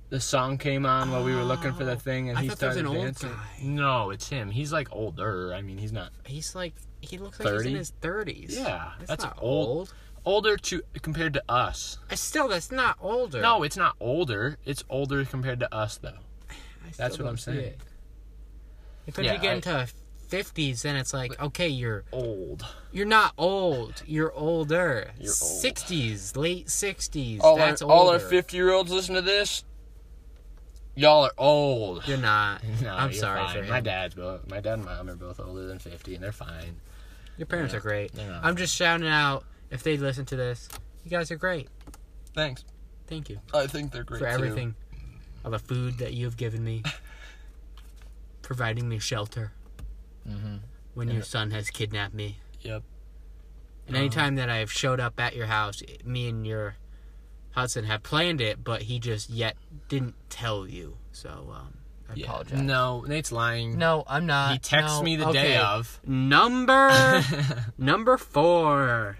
[SPEAKER 1] The song came on while we were looking for the thing, and
[SPEAKER 3] Oh, I
[SPEAKER 1] he
[SPEAKER 3] thought that was
[SPEAKER 1] started
[SPEAKER 3] an old
[SPEAKER 1] dancing.
[SPEAKER 3] guy.
[SPEAKER 1] No, it's him. He's like older. I mean, he's not
[SPEAKER 3] He's like he looks like he's in
[SPEAKER 1] 30?
[SPEAKER 3] his thirties.
[SPEAKER 1] Yeah,
[SPEAKER 3] that's,
[SPEAKER 1] that's
[SPEAKER 3] not
[SPEAKER 1] old.
[SPEAKER 3] old.
[SPEAKER 1] older to compared to us.
[SPEAKER 3] Uh, Still, that's not older.
[SPEAKER 1] No, it's not older. It's older compared to us though.
[SPEAKER 3] I still
[SPEAKER 1] That's what
[SPEAKER 3] don't
[SPEAKER 1] I'm
[SPEAKER 3] see
[SPEAKER 1] saying.
[SPEAKER 3] it. If you
[SPEAKER 1] Yeah,
[SPEAKER 3] get
[SPEAKER 1] I-
[SPEAKER 3] into fifties, then it's like okay, you're
[SPEAKER 1] Old.
[SPEAKER 3] you're not old. You're older.
[SPEAKER 1] You're old.
[SPEAKER 3] Sixties, late sixties.
[SPEAKER 1] All
[SPEAKER 3] That's
[SPEAKER 1] our
[SPEAKER 3] older.
[SPEAKER 1] all our fifty year olds listen to this. Y'all are old.
[SPEAKER 3] You're not.
[SPEAKER 1] No,
[SPEAKER 3] I'm
[SPEAKER 1] you're
[SPEAKER 3] sorry
[SPEAKER 1] fine.
[SPEAKER 3] for him.
[SPEAKER 1] My dad's both. My dad and mom are both older than fifty, and they're fine.
[SPEAKER 3] Your parents
[SPEAKER 1] Yeah,
[SPEAKER 3] are great.
[SPEAKER 1] they're not.
[SPEAKER 3] I'm just shouting out if they listen to this. You guys are great.
[SPEAKER 1] Thanks.
[SPEAKER 3] Thank you
[SPEAKER 1] I think they're great
[SPEAKER 3] for
[SPEAKER 1] too.
[SPEAKER 3] everything, all the food that you've given me, providing me shelter
[SPEAKER 1] Mm-hmm.
[SPEAKER 3] when your son has kidnapped me,
[SPEAKER 1] Yep. Uh-huh.
[SPEAKER 3] and any time that I have showed up at your house, it- me and your Hudson had planned it, but he just yet didn't tell you. So um, I
[SPEAKER 1] Yeah.
[SPEAKER 3] apologize.
[SPEAKER 1] No, uh, Nate's lying.
[SPEAKER 4] No, I'm not.
[SPEAKER 1] He texts
[SPEAKER 4] No,
[SPEAKER 1] me the
[SPEAKER 4] okay.
[SPEAKER 1] day of.
[SPEAKER 3] Number number four.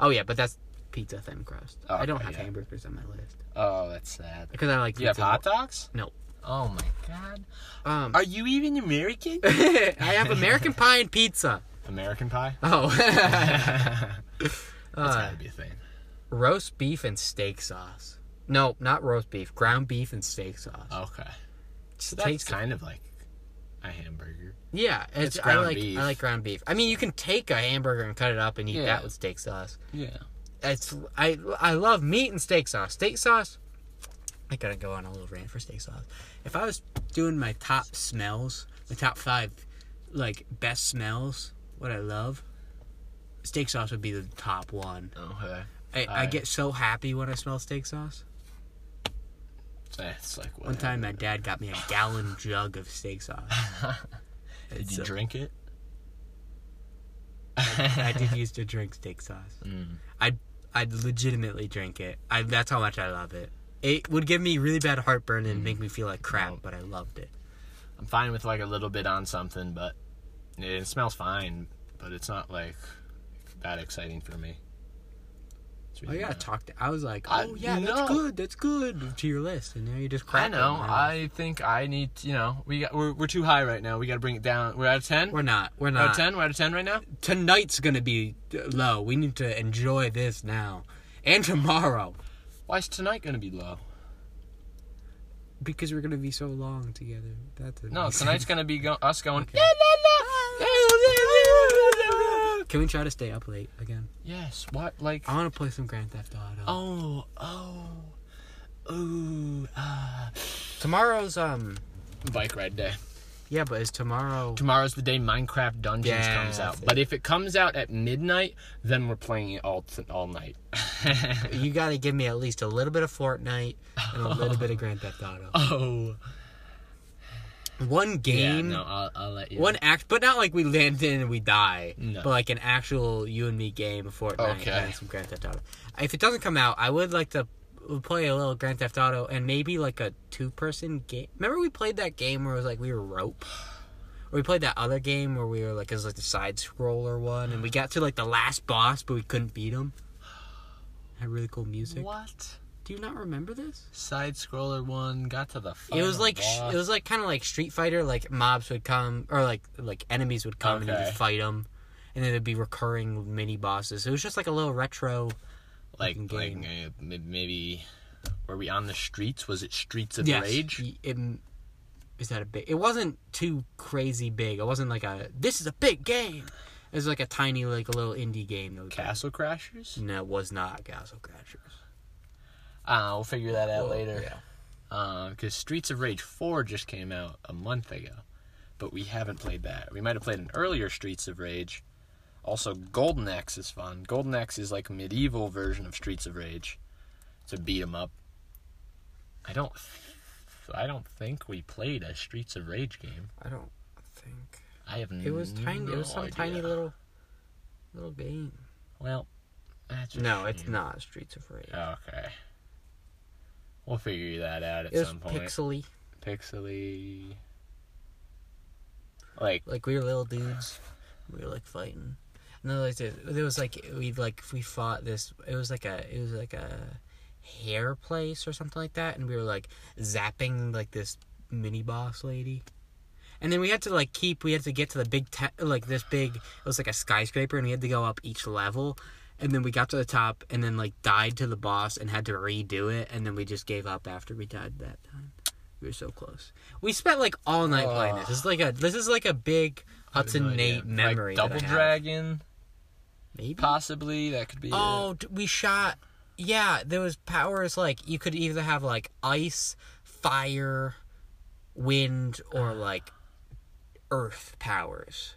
[SPEAKER 3] Oh yeah, but that's pizza thin crust. I don't
[SPEAKER 1] Okay,
[SPEAKER 3] have
[SPEAKER 1] yeah.
[SPEAKER 3] hamburgers on my list
[SPEAKER 1] oh, that's sad.
[SPEAKER 3] because I like
[SPEAKER 1] Do you have
[SPEAKER 3] pizza.
[SPEAKER 1] hot dogs?
[SPEAKER 3] No.
[SPEAKER 1] Oh my god.
[SPEAKER 3] Um,
[SPEAKER 1] Are you even American?
[SPEAKER 3] I have American pie and pizza.
[SPEAKER 1] American pie?
[SPEAKER 3] Oh, Uh,
[SPEAKER 1] That's gotta be a thing.
[SPEAKER 3] roast beef and steak sauce. No, not roast beef. Ground beef and steak sauce.
[SPEAKER 1] Okay.
[SPEAKER 3] Just
[SPEAKER 1] That's
[SPEAKER 3] takes-
[SPEAKER 1] kind of like a hamburger.
[SPEAKER 3] Yeah, it's,
[SPEAKER 1] It's ground
[SPEAKER 3] I like
[SPEAKER 1] beef.
[SPEAKER 3] I like ground beef. I mean, you can take a hamburger and cut it up and eat
[SPEAKER 1] Yeah.
[SPEAKER 3] that with steak sauce.
[SPEAKER 1] Yeah.
[SPEAKER 3] It's I I love meat and steak sauce. Steak sauce. I gotta go on a little rant for steak sauce. If I was doing my top smells, my top five, like best smells, what I love, steak sauce would be the top one.
[SPEAKER 1] Okay.
[SPEAKER 3] I, I
[SPEAKER 1] Alright.
[SPEAKER 3] get so happy when I smell steak sauce.
[SPEAKER 1] That's like what
[SPEAKER 3] One time, my
[SPEAKER 1] happened.
[SPEAKER 3] dad got me a gallon jug of steak sauce.
[SPEAKER 1] Did you
[SPEAKER 3] It's-
[SPEAKER 1] drink it?
[SPEAKER 3] I did used to drink steak sauce.
[SPEAKER 1] Mm.
[SPEAKER 3] I'd I'd legitimately drink it. I that's how much I love it. It would give me really bad heartburn
[SPEAKER 1] Mm.
[SPEAKER 3] and make me feel like crap, but I loved it.
[SPEAKER 1] I'm fine with like a little bit on something, but it smells fine, but it's not like that exciting for me. It's
[SPEAKER 3] I
[SPEAKER 1] really
[SPEAKER 3] gotta
[SPEAKER 1] not.
[SPEAKER 3] talk to. I was like, oh
[SPEAKER 1] I-
[SPEAKER 3] yeah,
[SPEAKER 1] no.
[SPEAKER 3] that's good, that's good to your list, and now you're just
[SPEAKER 1] I
[SPEAKER 3] crapping.
[SPEAKER 1] know.
[SPEAKER 3] on my list.
[SPEAKER 1] I think I need. You know, we got, we're we're too high right now. We got to bring it down. We're out of ten.
[SPEAKER 3] We're not. We're
[SPEAKER 1] out of
[SPEAKER 3] not.
[SPEAKER 1] ten. We're out of ten right now.
[SPEAKER 3] Tonight's gonna be uh, low. We need to enjoy this now, and tomorrow
[SPEAKER 1] Why is tonight gonna be low?
[SPEAKER 3] because we're gonna be so long together. That's a
[SPEAKER 1] No,
[SPEAKER 3] reason.
[SPEAKER 1] tonight's gonna be go- us going.
[SPEAKER 3] Can we try to stay up late again?
[SPEAKER 1] Yes. What? Like.
[SPEAKER 3] I want to play some Grand Theft Auto.
[SPEAKER 1] Oh. Oh. Ooh. Ah.
[SPEAKER 3] Tomorrow's um
[SPEAKER 1] Bike ride day.
[SPEAKER 3] yeah, but is tomorrow
[SPEAKER 1] Tomorrow's the day Minecraft Dungeons
[SPEAKER 3] Yeah,
[SPEAKER 1] comes out.
[SPEAKER 3] that's it.
[SPEAKER 1] But if it comes out at midnight, then we're playing it all t- all night.
[SPEAKER 3] you got to give me at least a little bit of Fortnite and a little bit of Grand Theft Auto.
[SPEAKER 1] oh.
[SPEAKER 3] One
[SPEAKER 1] Yeah.
[SPEAKER 3] game,
[SPEAKER 1] No, I'll, I'll let you.
[SPEAKER 3] one act, but not like we land in and we die.
[SPEAKER 1] No.
[SPEAKER 3] But like an actual you and me game of Fortnite
[SPEAKER 1] Okay.
[SPEAKER 3] and some Grand Theft Auto. If it doesn't come out, I would like to play a little Grand Theft Auto and maybe like a two-person game. Remember we played that game where it was like we were rope. Or we played that other game where we were like it was like the side scroller one, and we got to like the last boss, but we couldn't beat him. Had really cool music.
[SPEAKER 1] What?
[SPEAKER 3] Do you not remember this?
[SPEAKER 1] Side scroller one got to the.
[SPEAKER 3] It
[SPEAKER 1] Final
[SPEAKER 3] was like sh-
[SPEAKER 1] boss.
[SPEAKER 3] it was like kind of like Street Fighter. Like mobs would come, or like like enemies would come, and you
[SPEAKER 1] Okay.
[SPEAKER 3] would fight them, and then it'd be recurring mini bosses. It was just like a little retro.
[SPEAKER 1] like
[SPEAKER 3] fucking
[SPEAKER 1] like
[SPEAKER 3] game.
[SPEAKER 1] uh, m- maybe were we on the streets? Was it Streets of Rage?
[SPEAKER 3] y- It, is that a big? It wasn't too crazy big. It wasn't like a this is a big game. It was like a tiny like a little indie game. That was
[SPEAKER 1] Castle Crashers?
[SPEAKER 3] No, it was not Castle Crashers.
[SPEAKER 1] Uh, we'll figure that out
[SPEAKER 3] Well,
[SPEAKER 1] later. Because Uh, Streets of Rage 4 just came out a month ago, but we haven't played that. We might have played an earlier Streets of Rage. Also, Golden Axe is fun. Golden Axe is like a medieval version of Streets of Rage. It's a beat 'em up. I don't, I don't think we played a Streets of Rage game.
[SPEAKER 3] I don't think
[SPEAKER 1] I have
[SPEAKER 3] it was tiny. it
[SPEAKER 1] no
[SPEAKER 3] was some
[SPEAKER 1] idea.
[SPEAKER 3] tiny little little game.
[SPEAKER 1] Well, that's a
[SPEAKER 3] No, it's
[SPEAKER 1] shame.
[SPEAKER 3] not Streets of Rage.
[SPEAKER 1] Okay. We'll figure that out at
[SPEAKER 3] it was
[SPEAKER 1] some point.
[SPEAKER 3] pixely.
[SPEAKER 1] Pixely. Like
[SPEAKER 3] Like we were little dudes, we were like fighting. And then like there there was like we like we fought this. It was like a it was like a hair place or something like that. And we were like zapping like this mini boss lady. And then we had to like keep. We had to get to the big te- like this big. It was like a skyscraper, and we had to go up each level. And then we got to the top, and then like died to the boss, and had to redo it. And then we just gave up after we died that time. We were so close. We spent like all night playing this. This is like a this is like a big Hudson
[SPEAKER 1] no idea.
[SPEAKER 3] Nate
[SPEAKER 1] Like
[SPEAKER 3] memory. that I
[SPEAKER 1] Double
[SPEAKER 3] have.
[SPEAKER 1] Dragon,
[SPEAKER 3] maybe.
[SPEAKER 1] possibly. That could be.
[SPEAKER 3] Oh, d- we shot. Yeah, there was powers like you could either have like ice, fire, wind, or like earth powers.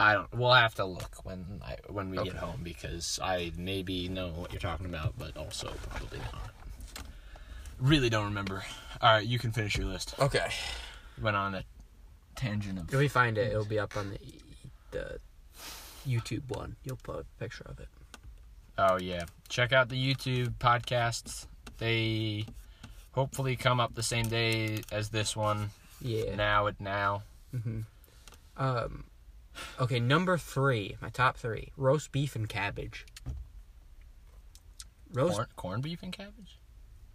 [SPEAKER 1] it. I don't. We'll have to look when I when we get
[SPEAKER 3] Okay.
[SPEAKER 1] home because I maybe know what you're talking about, but also probably not. Really don't remember. All right, you can finish your list.
[SPEAKER 3] Okay.
[SPEAKER 1] Went on a tangent of.
[SPEAKER 3] If we find it, it'll be up on the e, the YouTube one. You'll put a picture of it.
[SPEAKER 1] Oh yeah, check out the YouTube podcasts. They hopefully come up the same day as this one.
[SPEAKER 3] Yeah.
[SPEAKER 1] Now it now.
[SPEAKER 3] Um. Okay, number three, my top three: roast beef and cabbage. Roast
[SPEAKER 1] Corn, corned beef and cabbage.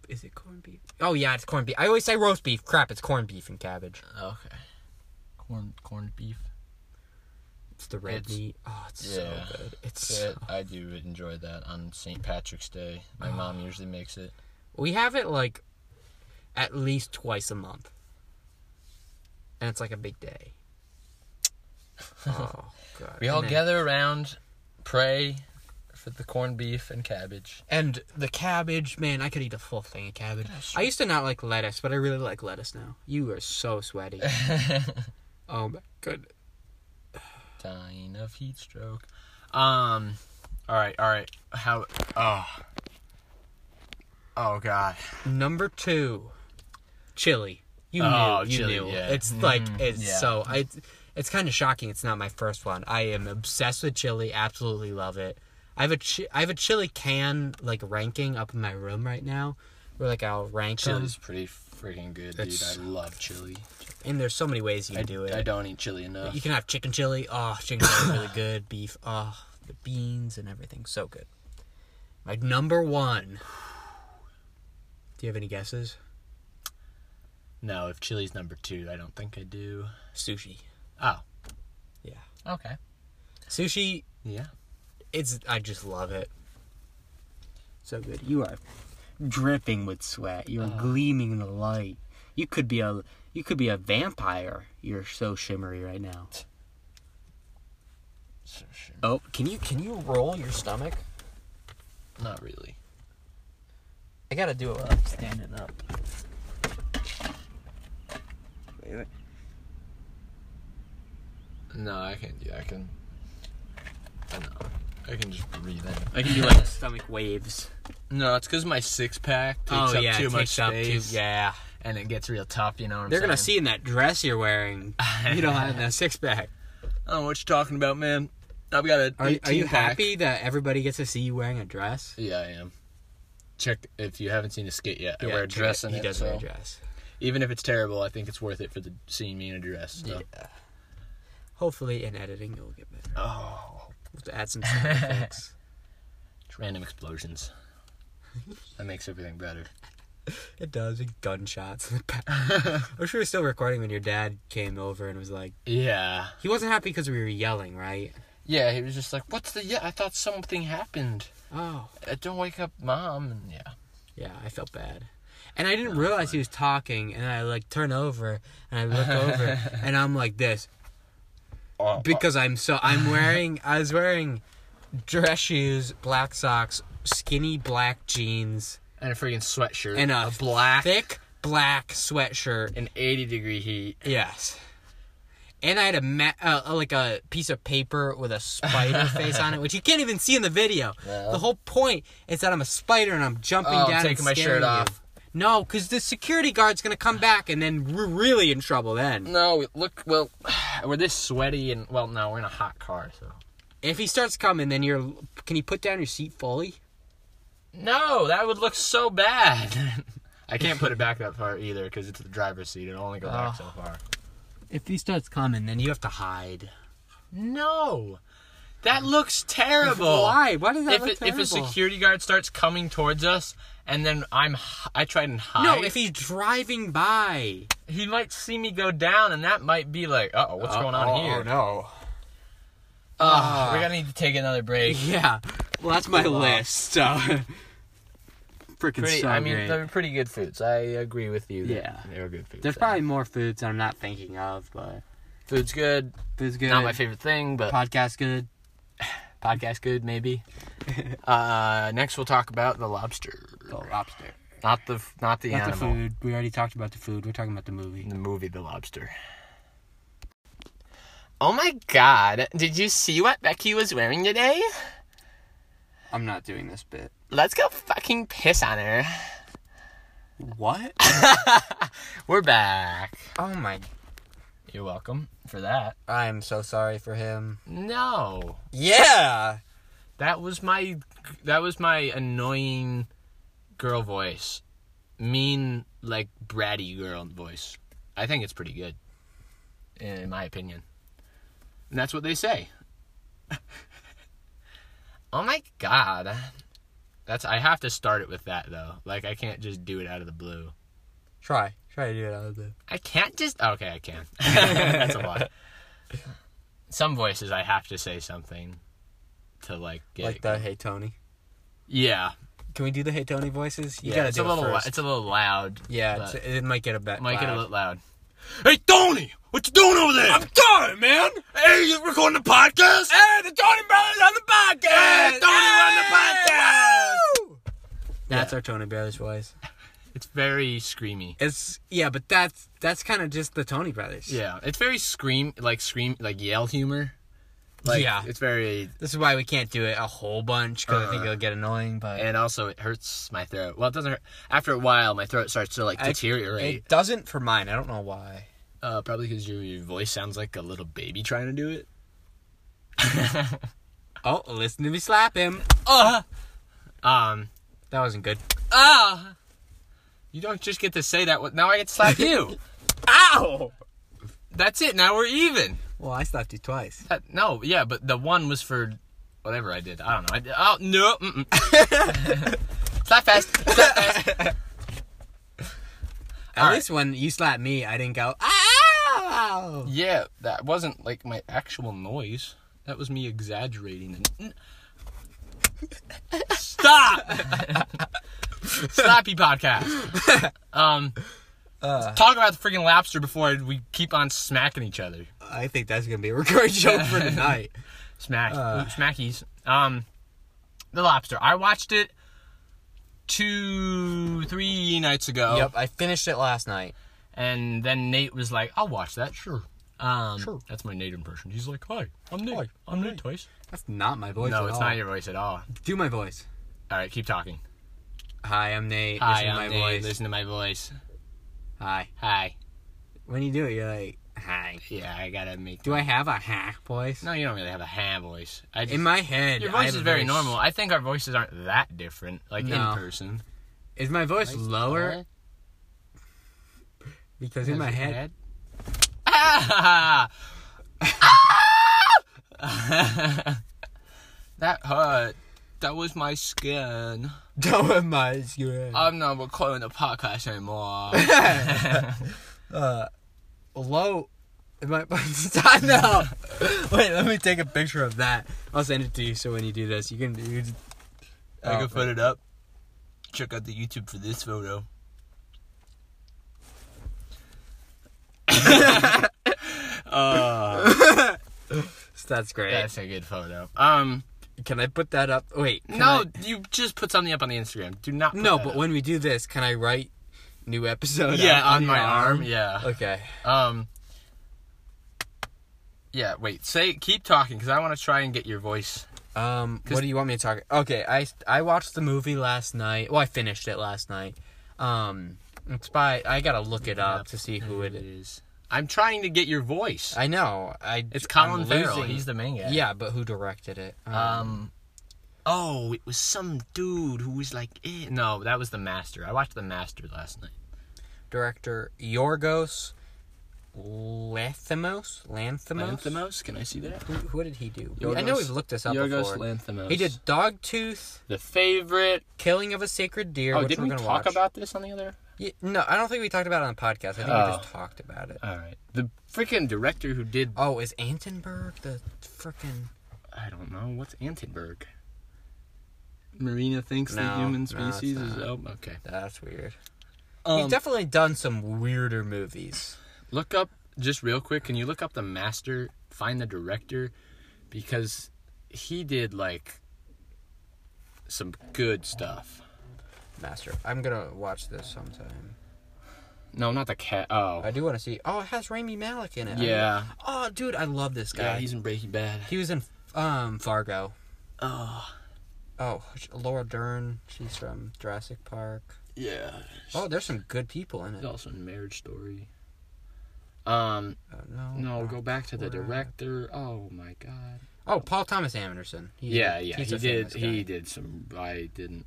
[SPEAKER 3] is it corned beef? Oh yeah, it's corned beef. I always say roast beef. Crap, it's corned beef and cabbage.
[SPEAKER 1] Okay. Corn corned beef.
[SPEAKER 3] the red
[SPEAKER 1] It's-
[SPEAKER 3] meat. Oh, it's
[SPEAKER 1] yeah.
[SPEAKER 3] so good. It's
[SPEAKER 1] It, I do enjoy that on St. Patrick's Day. My mom usually makes it.
[SPEAKER 3] we have it like at least twice a month, and it's like a big day. Oh god!
[SPEAKER 1] We all
[SPEAKER 3] And then-
[SPEAKER 1] gather around, pray for the corned beef and cabbage.
[SPEAKER 3] And the cabbage, man, I could eat a full thing of cabbage.
[SPEAKER 1] Yes.
[SPEAKER 3] I used to not like lettuce, but I really like lettuce now. You are so sweaty. oh my goodness.
[SPEAKER 1] Dying of heat stroke. Um. All right. All right. How? Oh. Oh God.
[SPEAKER 3] Number two, chili. You
[SPEAKER 1] Oh,
[SPEAKER 3] knew. You
[SPEAKER 1] chili,
[SPEAKER 3] knew.
[SPEAKER 1] yeah.
[SPEAKER 3] It's like
[SPEAKER 1] Mhm,
[SPEAKER 3] it's
[SPEAKER 1] yeah.
[SPEAKER 3] so. I. It's kind of shocking. It's not my first one. I am obsessed with chili. Absolutely love it. I have a chi- I have a chili can like ranking up in my room right now, where like I'll rank
[SPEAKER 1] Chili's pretty freaking good, dude.
[SPEAKER 3] It's-
[SPEAKER 1] I love chili.
[SPEAKER 3] them, and there's so many ways you can do it.
[SPEAKER 1] I don't eat chili enough.
[SPEAKER 3] You can have chicken chili. Oh, chicken chili really good. Beef. Oh, the beans and everything. So good. My number one. Do you have any guesses?
[SPEAKER 1] No, if chili's number two, I don't think I do.
[SPEAKER 3] Sushi.
[SPEAKER 1] Oh.
[SPEAKER 3] Yeah.
[SPEAKER 1] Okay.
[SPEAKER 3] Sushi.
[SPEAKER 1] Yeah.
[SPEAKER 3] It's. I just love it. So good. You are dripping with sweat. You're gleaming in the light. You could be a. You could be a vampire. You're so shimmery right now. Oh, can you can you roll your stomach?
[SPEAKER 1] Not really.
[SPEAKER 3] I gotta do it while I'm standing up. Wait, wait.
[SPEAKER 1] No, I can't do that. I can. I know. I can just breathe in.
[SPEAKER 3] I can do like stomach waves.
[SPEAKER 1] No, it's because my six pack Oh, takes up too much space.
[SPEAKER 3] yeah,
[SPEAKER 1] And it gets real tough, you know what I'm
[SPEAKER 3] they're gonna
[SPEAKER 1] saying?
[SPEAKER 3] see in that dress you're wearing. You don't have that six pack.
[SPEAKER 1] I don't know what you're talking about, man. I've got a.
[SPEAKER 3] Are, are you
[SPEAKER 1] 18 pack.
[SPEAKER 3] happy that everybody gets to see you wearing a dress?
[SPEAKER 1] Yeah, I am. Check if you haven't seen the skit yet. I
[SPEAKER 3] Yeah,
[SPEAKER 1] wear a
[SPEAKER 3] check
[SPEAKER 1] dress
[SPEAKER 3] it.
[SPEAKER 1] in
[SPEAKER 3] He
[SPEAKER 1] it.
[SPEAKER 3] does
[SPEAKER 1] so
[SPEAKER 3] wear a dress.
[SPEAKER 1] Even if it's terrible, I think it's worth it for the seeing me in a dress. So.
[SPEAKER 3] Hopefully, in editing, you'll get better.
[SPEAKER 1] Oh,
[SPEAKER 3] We'll have to add some sound effects.
[SPEAKER 1] it's random explosions. that makes everything better.
[SPEAKER 3] It does. And gunshots in the back. I wish we were still recording when your dad came over and was like,
[SPEAKER 1] Yeah.
[SPEAKER 3] he wasn't happy because we were yelling, right?
[SPEAKER 1] Yeah, he was just like, "What's the? Yeah, I thought something happened.
[SPEAKER 3] Oh.
[SPEAKER 1] Uh, don't wake up, mom." And yeah.
[SPEAKER 3] Yeah, I felt bad. And I
[SPEAKER 1] Oh,
[SPEAKER 3] didn't realize he was talking, and I like turn over and I look over, and I'm like this
[SPEAKER 1] Oh,
[SPEAKER 3] because I'm so I'm wearing I was wearing dress shoes, black socks, skinny black jeans,
[SPEAKER 1] and a freaking sweatshirt
[SPEAKER 3] and a,
[SPEAKER 1] a black
[SPEAKER 3] thick black sweatshirt.
[SPEAKER 1] in 80 degree heat.
[SPEAKER 3] Yes, and I had a ma- uh, uh, like a piece of paper with a spider face on it, which you can't even see in the video.
[SPEAKER 1] No.
[SPEAKER 3] The whole point is that I'm a spider and I'm jumping
[SPEAKER 1] Oh, I'm
[SPEAKER 3] down. and
[SPEAKER 1] taking my
[SPEAKER 3] scaring
[SPEAKER 1] shirt
[SPEAKER 3] you.
[SPEAKER 1] off.
[SPEAKER 3] No, because the security guard's gonna come back, and then we're really in trouble. Then
[SPEAKER 1] No, look, well, we're this sweaty and well, no, we're in a hot car, so.
[SPEAKER 3] if he starts coming, then you're. Can you put down your seat fully?
[SPEAKER 1] No, that would look so bad. I can't put it back that far either because it's the driver's seat. It'll only go back so far.
[SPEAKER 3] If he starts coming, then you have to hide.
[SPEAKER 1] No, that looks terrible.
[SPEAKER 3] Why? Why does that
[SPEAKER 1] If,
[SPEAKER 3] look
[SPEAKER 1] it, if
[SPEAKER 3] terrible?
[SPEAKER 1] a security guard starts coming towards us and then I'm h- I tried and hide.
[SPEAKER 3] no, if he's driving by.
[SPEAKER 1] he might see me go down and that might be like, uh oh, what's going on here?
[SPEAKER 3] no.
[SPEAKER 1] We're gonna need to take another break.
[SPEAKER 3] Yeah. Well, that's my list. So. Freaking
[SPEAKER 1] Pretty,
[SPEAKER 3] so
[SPEAKER 1] I mean,
[SPEAKER 3] great.
[SPEAKER 1] they're pretty good foods. I agree with you. that
[SPEAKER 3] Yeah.
[SPEAKER 1] they're good foods.
[SPEAKER 3] There's probably more foods I'm not thinking of, but
[SPEAKER 1] food's good.
[SPEAKER 3] food's good.
[SPEAKER 1] Not my favorite thing, but
[SPEAKER 3] Podcast good.
[SPEAKER 1] podcast good maybe. uh, next, we'll talk about the lobster,
[SPEAKER 3] The lobster.
[SPEAKER 1] not the not the
[SPEAKER 3] Not the
[SPEAKER 1] animal,
[SPEAKER 3] food. We already talked about the food. We're talking about the movie.
[SPEAKER 1] the movie The Lobster. Oh my God! Did you see what Becky was wearing today?
[SPEAKER 3] I'm not doing this bit.
[SPEAKER 1] Let's go fucking piss on her.
[SPEAKER 3] What?
[SPEAKER 1] We're back.
[SPEAKER 3] oh my.
[SPEAKER 1] You're welcome for that.
[SPEAKER 3] I'm so sorry for him.
[SPEAKER 1] No,
[SPEAKER 3] Yeah!
[SPEAKER 1] That was my that was my annoying girl voice. Mean like bratty girl voice. I think it's pretty good. In my opinion. And that's what they say. oh my god. That's I have to start it with that though. Like I can't just do it out of the blue.
[SPEAKER 3] Try. Try to do it out of the.
[SPEAKER 1] I can't just okay, I can. that's a lot. some voices I have to say something to like get
[SPEAKER 3] like
[SPEAKER 1] it-
[SPEAKER 3] the Hey Tony.
[SPEAKER 1] Yeah.
[SPEAKER 3] Can we do the Hey Tony voices? You
[SPEAKER 1] yeah,
[SPEAKER 3] gotta
[SPEAKER 1] it's a
[SPEAKER 3] do
[SPEAKER 1] little
[SPEAKER 3] it
[SPEAKER 1] lou-
[SPEAKER 3] first.
[SPEAKER 1] it's a little loud.
[SPEAKER 3] yeah,
[SPEAKER 1] but
[SPEAKER 3] it's, it might get a bit.
[SPEAKER 1] might
[SPEAKER 3] loud.
[SPEAKER 1] get a little loud. Hey Tony, what you doing over there? I'm sorry, man. Hey, you recording the podcast?
[SPEAKER 3] Hey, the Tony Brothers on the podcast.
[SPEAKER 1] Hey, Tony on the
[SPEAKER 3] Hey,
[SPEAKER 1] podcast!
[SPEAKER 3] woo! That's
[SPEAKER 1] Yeah.
[SPEAKER 3] our Tony Brothers voice.
[SPEAKER 1] It's very screamy.
[SPEAKER 3] It's yeah, but that's that's kind of just the Tony Brothers.
[SPEAKER 1] Yeah, it's very scream like scream like yell humor. Like,
[SPEAKER 3] Yeah.
[SPEAKER 1] it's very
[SPEAKER 3] This is why we can't do it a whole bunch because I think
[SPEAKER 1] Uh,
[SPEAKER 3] it'll get annoying. But
[SPEAKER 1] and also it hurts my throat. Well, it doesn't hurt. After a while, my throat starts to like
[SPEAKER 3] I-
[SPEAKER 1] deteriorate.
[SPEAKER 3] it doesn't for mine. I don't know why.
[SPEAKER 1] uh, probably because your, your voice sounds like a little baby trying to do it.
[SPEAKER 3] Oh, listen to me slap him.
[SPEAKER 1] Uh, um,
[SPEAKER 3] That wasn't good.
[SPEAKER 1] ah. You don't just get to say that. with- Now I get to slap you.
[SPEAKER 3] Ow!
[SPEAKER 1] That's it. Now we're even.
[SPEAKER 3] Well, I slapped you twice.
[SPEAKER 1] That- no, yeah, but the one was for whatever I did. I don't know. I did, oh no! Mm-mm. slap fast. Slap fast.
[SPEAKER 3] At
[SPEAKER 1] All
[SPEAKER 3] least when you slapped me, I didn't go. Ow!
[SPEAKER 1] Yeah, that wasn't like my actual noise. That was me exaggerating. it. Stop! Slappy podcast. Um,
[SPEAKER 3] Uh,
[SPEAKER 1] talk about the freaking lobster before we keep on smacking each other.
[SPEAKER 3] I think that's gonna be a recurring joke for tonight.
[SPEAKER 1] Smack,
[SPEAKER 3] Uh.
[SPEAKER 1] ooh, smackies. Um, the lobster. I watched it two, three nights ago.
[SPEAKER 3] Yep, I finished it last night.
[SPEAKER 1] And then Nate was like, "I'll watch that, sure." Um,
[SPEAKER 3] Sure.
[SPEAKER 1] That's my Nate impression. He's like, "Hi, I'm Nate.
[SPEAKER 3] Hi,
[SPEAKER 1] I'm, Nate Tice."
[SPEAKER 3] That's not my voice.
[SPEAKER 1] No,
[SPEAKER 3] at
[SPEAKER 1] it's
[SPEAKER 3] all.
[SPEAKER 1] not your voice at all.
[SPEAKER 3] Do my voice.
[SPEAKER 1] All right, keep talking.
[SPEAKER 3] Hi, I'm Nate.
[SPEAKER 1] Hi,
[SPEAKER 3] listen
[SPEAKER 1] I'm
[SPEAKER 3] to my
[SPEAKER 1] Nate.
[SPEAKER 3] voice.
[SPEAKER 1] Listen to my voice.
[SPEAKER 3] Hi.
[SPEAKER 1] Hi.
[SPEAKER 3] When you do it, you're like, hi.
[SPEAKER 1] Yeah, I gotta make.
[SPEAKER 3] Do I have a ha voice?
[SPEAKER 1] No, you don't really have a ha voice. I just,
[SPEAKER 3] In my head,
[SPEAKER 1] your
[SPEAKER 3] I
[SPEAKER 1] voice
[SPEAKER 3] have
[SPEAKER 1] is
[SPEAKER 3] a
[SPEAKER 1] very
[SPEAKER 3] voice-
[SPEAKER 1] normal. I think our voices aren't that different, like
[SPEAKER 3] No.
[SPEAKER 1] in person.
[SPEAKER 3] Is my voice lower? Because in my
[SPEAKER 1] Your
[SPEAKER 3] head,
[SPEAKER 1] Ah! Ah! that hurt. That was my skin.
[SPEAKER 3] don't in my skin.
[SPEAKER 1] I'm not recording the podcast anymore.
[SPEAKER 3] Uh, low. Am I, Stop, no. Wait, let me take a picture of that. I'll send it to you. So when you do this, you can you can-
[SPEAKER 1] I
[SPEAKER 3] Oh,
[SPEAKER 1] can put it up. Check out the YouTube for this photo. uh,
[SPEAKER 3] That's great.
[SPEAKER 1] that's a good photo. Um,
[SPEAKER 3] Can I put that up? Wait. can
[SPEAKER 1] no,
[SPEAKER 3] I-
[SPEAKER 1] you just put something up on the Instagram. Do not. Put
[SPEAKER 3] no.
[SPEAKER 1] that
[SPEAKER 3] But
[SPEAKER 1] up.
[SPEAKER 3] when we do this, can I write new episode?
[SPEAKER 1] yeah,
[SPEAKER 3] up
[SPEAKER 1] on my
[SPEAKER 3] your
[SPEAKER 1] arm. Yeah.
[SPEAKER 3] Okay.
[SPEAKER 1] Um. Yeah. Wait. Say. Keep talking, because I want to try and get your voice.
[SPEAKER 3] Um,
[SPEAKER 1] 'Cause-
[SPEAKER 3] what do you want me to talk? Okay, I I watched the movie last night. Well, I finished it last night. Um, it's by I gotta look it up to see who it is.
[SPEAKER 1] I'm trying to get your voice.
[SPEAKER 3] I know. I
[SPEAKER 1] It's
[SPEAKER 3] I'm
[SPEAKER 1] Colin Farrell.
[SPEAKER 3] losing-
[SPEAKER 1] He's the main guy.
[SPEAKER 3] yeah, but who directed it?
[SPEAKER 1] Um. Oh, it was some dude who was like, eh. no, that was the master. I watched the master last night.
[SPEAKER 3] director Yorgos Lanthimos. Lanthimos.
[SPEAKER 1] Can I see that?
[SPEAKER 3] Who, who did he do? I know
[SPEAKER 1] Yorgos-
[SPEAKER 3] we've looked this up before.
[SPEAKER 1] Lanthimos.
[SPEAKER 3] he did Dogtooth,
[SPEAKER 1] the favorite.
[SPEAKER 3] Killing of a Sacred Deer.
[SPEAKER 1] Oh,
[SPEAKER 3] which
[SPEAKER 1] didn't
[SPEAKER 3] we're
[SPEAKER 1] we
[SPEAKER 3] gonna
[SPEAKER 1] talk
[SPEAKER 3] watch.
[SPEAKER 1] about this on the other?
[SPEAKER 3] Yeah, no, I don't think we talked about it on the podcast. I think we
[SPEAKER 1] Oh.
[SPEAKER 3] just talked about it.
[SPEAKER 1] All right. The freaking director who did
[SPEAKER 3] Oh, is Antenberg the frickin'
[SPEAKER 1] I don't know what's Antenberg. Marina thinks
[SPEAKER 3] No,
[SPEAKER 1] the human
[SPEAKER 3] no, it's
[SPEAKER 1] species is
[SPEAKER 3] not.
[SPEAKER 1] oh okay.
[SPEAKER 3] That's weird.
[SPEAKER 1] Um,
[SPEAKER 3] He's definitely done some weirder movies.
[SPEAKER 1] look up just real quick. Can you look up the master? Find the director, because he did like some good stuff.
[SPEAKER 3] Master, I'm gonna watch this sometime.
[SPEAKER 1] No, not the cat. Oh,
[SPEAKER 3] I do want to see. Oh, it has Rami Malek in it.
[SPEAKER 1] yeah,
[SPEAKER 3] Oh, dude, I love this guy.
[SPEAKER 1] yeah. He's in Breaking Bad.
[SPEAKER 3] he was in um Fargo.
[SPEAKER 1] Oh,
[SPEAKER 3] Oh, Laura Dern. She's from Jurassic Park.
[SPEAKER 1] yeah.
[SPEAKER 3] Oh, there's some good people in it.
[SPEAKER 1] He's
[SPEAKER 3] Oh,
[SPEAKER 1] also in Marriage Story. Um,
[SPEAKER 3] Uh, no.
[SPEAKER 1] no, go back to the
[SPEAKER 3] Alright.
[SPEAKER 1] director. Oh my God.
[SPEAKER 3] Oh, Paul Thomas Anderson. He's a-
[SPEAKER 1] yeah, yeah,
[SPEAKER 3] he's
[SPEAKER 1] he
[SPEAKER 3] a
[SPEAKER 1] did.
[SPEAKER 3] famous guy.
[SPEAKER 1] He did some. I didn't.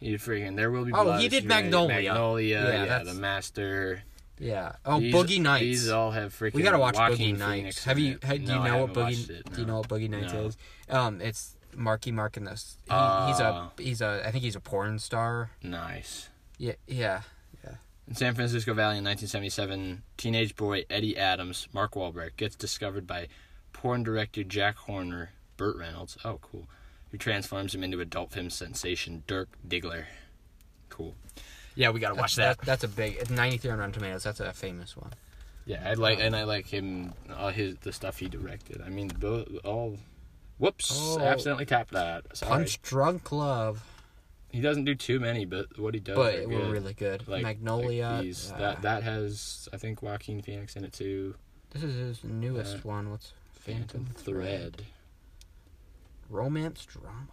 [SPEAKER 1] He did freaking. There will be.
[SPEAKER 3] Oh,
[SPEAKER 1] blood.
[SPEAKER 3] he
[SPEAKER 1] It's
[SPEAKER 3] did
[SPEAKER 1] great.
[SPEAKER 3] Magnolia.
[SPEAKER 1] Magnolia.
[SPEAKER 3] Yeah,
[SPEAKER 1] Yeah,
[SPEAKER 3] that's-
[SPEAKER 1] the master.
[SPEAKER 3] Yeah. Oh,
[SPEAKER 1] These-
[SPEAKER 3] Boogie Nights.
[SPEAKER 1] These all have freaking.
[SPEAKER 3] We gotta watch
[SPEAKER 1] Joaquin
[SPEAKER 3] Boogie
[SPEAKER 1] Phoenix
[SPEAKER 3] Nights.
[SPEAKER 1] in
[SPEAKER 3] Have you?
[SPEAKER 1] it.
[SPEAKER 3] ha- do you
[SPEAKER 1] No, I
[SPEAKER 3] know what
[SPEAKER 1] haven't
[SPEAKER 3] Boogie?
[SPEAKER 1] watched it,
[SPEAKER 3] Do you
[SPEAKER 1] no.
[SPEAKER 3] know what Boogie Nights
[SPEAKER 1] No.
[SPEAKER 3] is? Um, it's Marky Mark and this. He, he's a
[SPEAKER 1] Ah.
[SPEAKER 3] he's a I think he's a porn star.
[SPEAKER 1] Nice.
[SPEAKER 3] Yeah, yeah,
[SPEAKER 1] In San Francisco Valley in 1977, teenage boy Eddie Adams, Mark Wahlberg, gets discovered by porn director Jack Horner, Burt Reynolds. Oh, cool. Who transforms him into adult film sensation Dirk Diggler. Cool. Yeah, we gotta watch that.
[SPEAKER 3] That's a big. It's 93 on Rotten Tomatoes. That's a famous one.
[SPEAKER 1] Yeah, I like and I like him all his the stuff he directed. I mean, bo- all. Whoops!
[SPEAKER 3] Oh.
[SPEAKER 1] Accidentally tapped that. Sorry.
[SPEAKER 3] Punch Drunk Love.
[SPEAKER 1] He doesn't do too many, but what he does.
[SPEAKER 3] But
[SPEAKER 1] are
[SPEAKER 3] it were
[SPEAKER 1] good.
[SPEAKER 3] really good.
[SPEAKER 1] Like- like
[SPEAKER 3] Magnolia.
[SPEAKER 1] these-
[SPEAKER 3] uh,
[SPEAKER 1] that that has I think Joaquin Phoenix in it too.
[SPEAKER 3] This is his newest
[SPEAKER 1] uh,
[SPEAKER 3] one. What's
[SPEAKER 1] Phantom, Thread.
[SPEAKER 3] romance drama?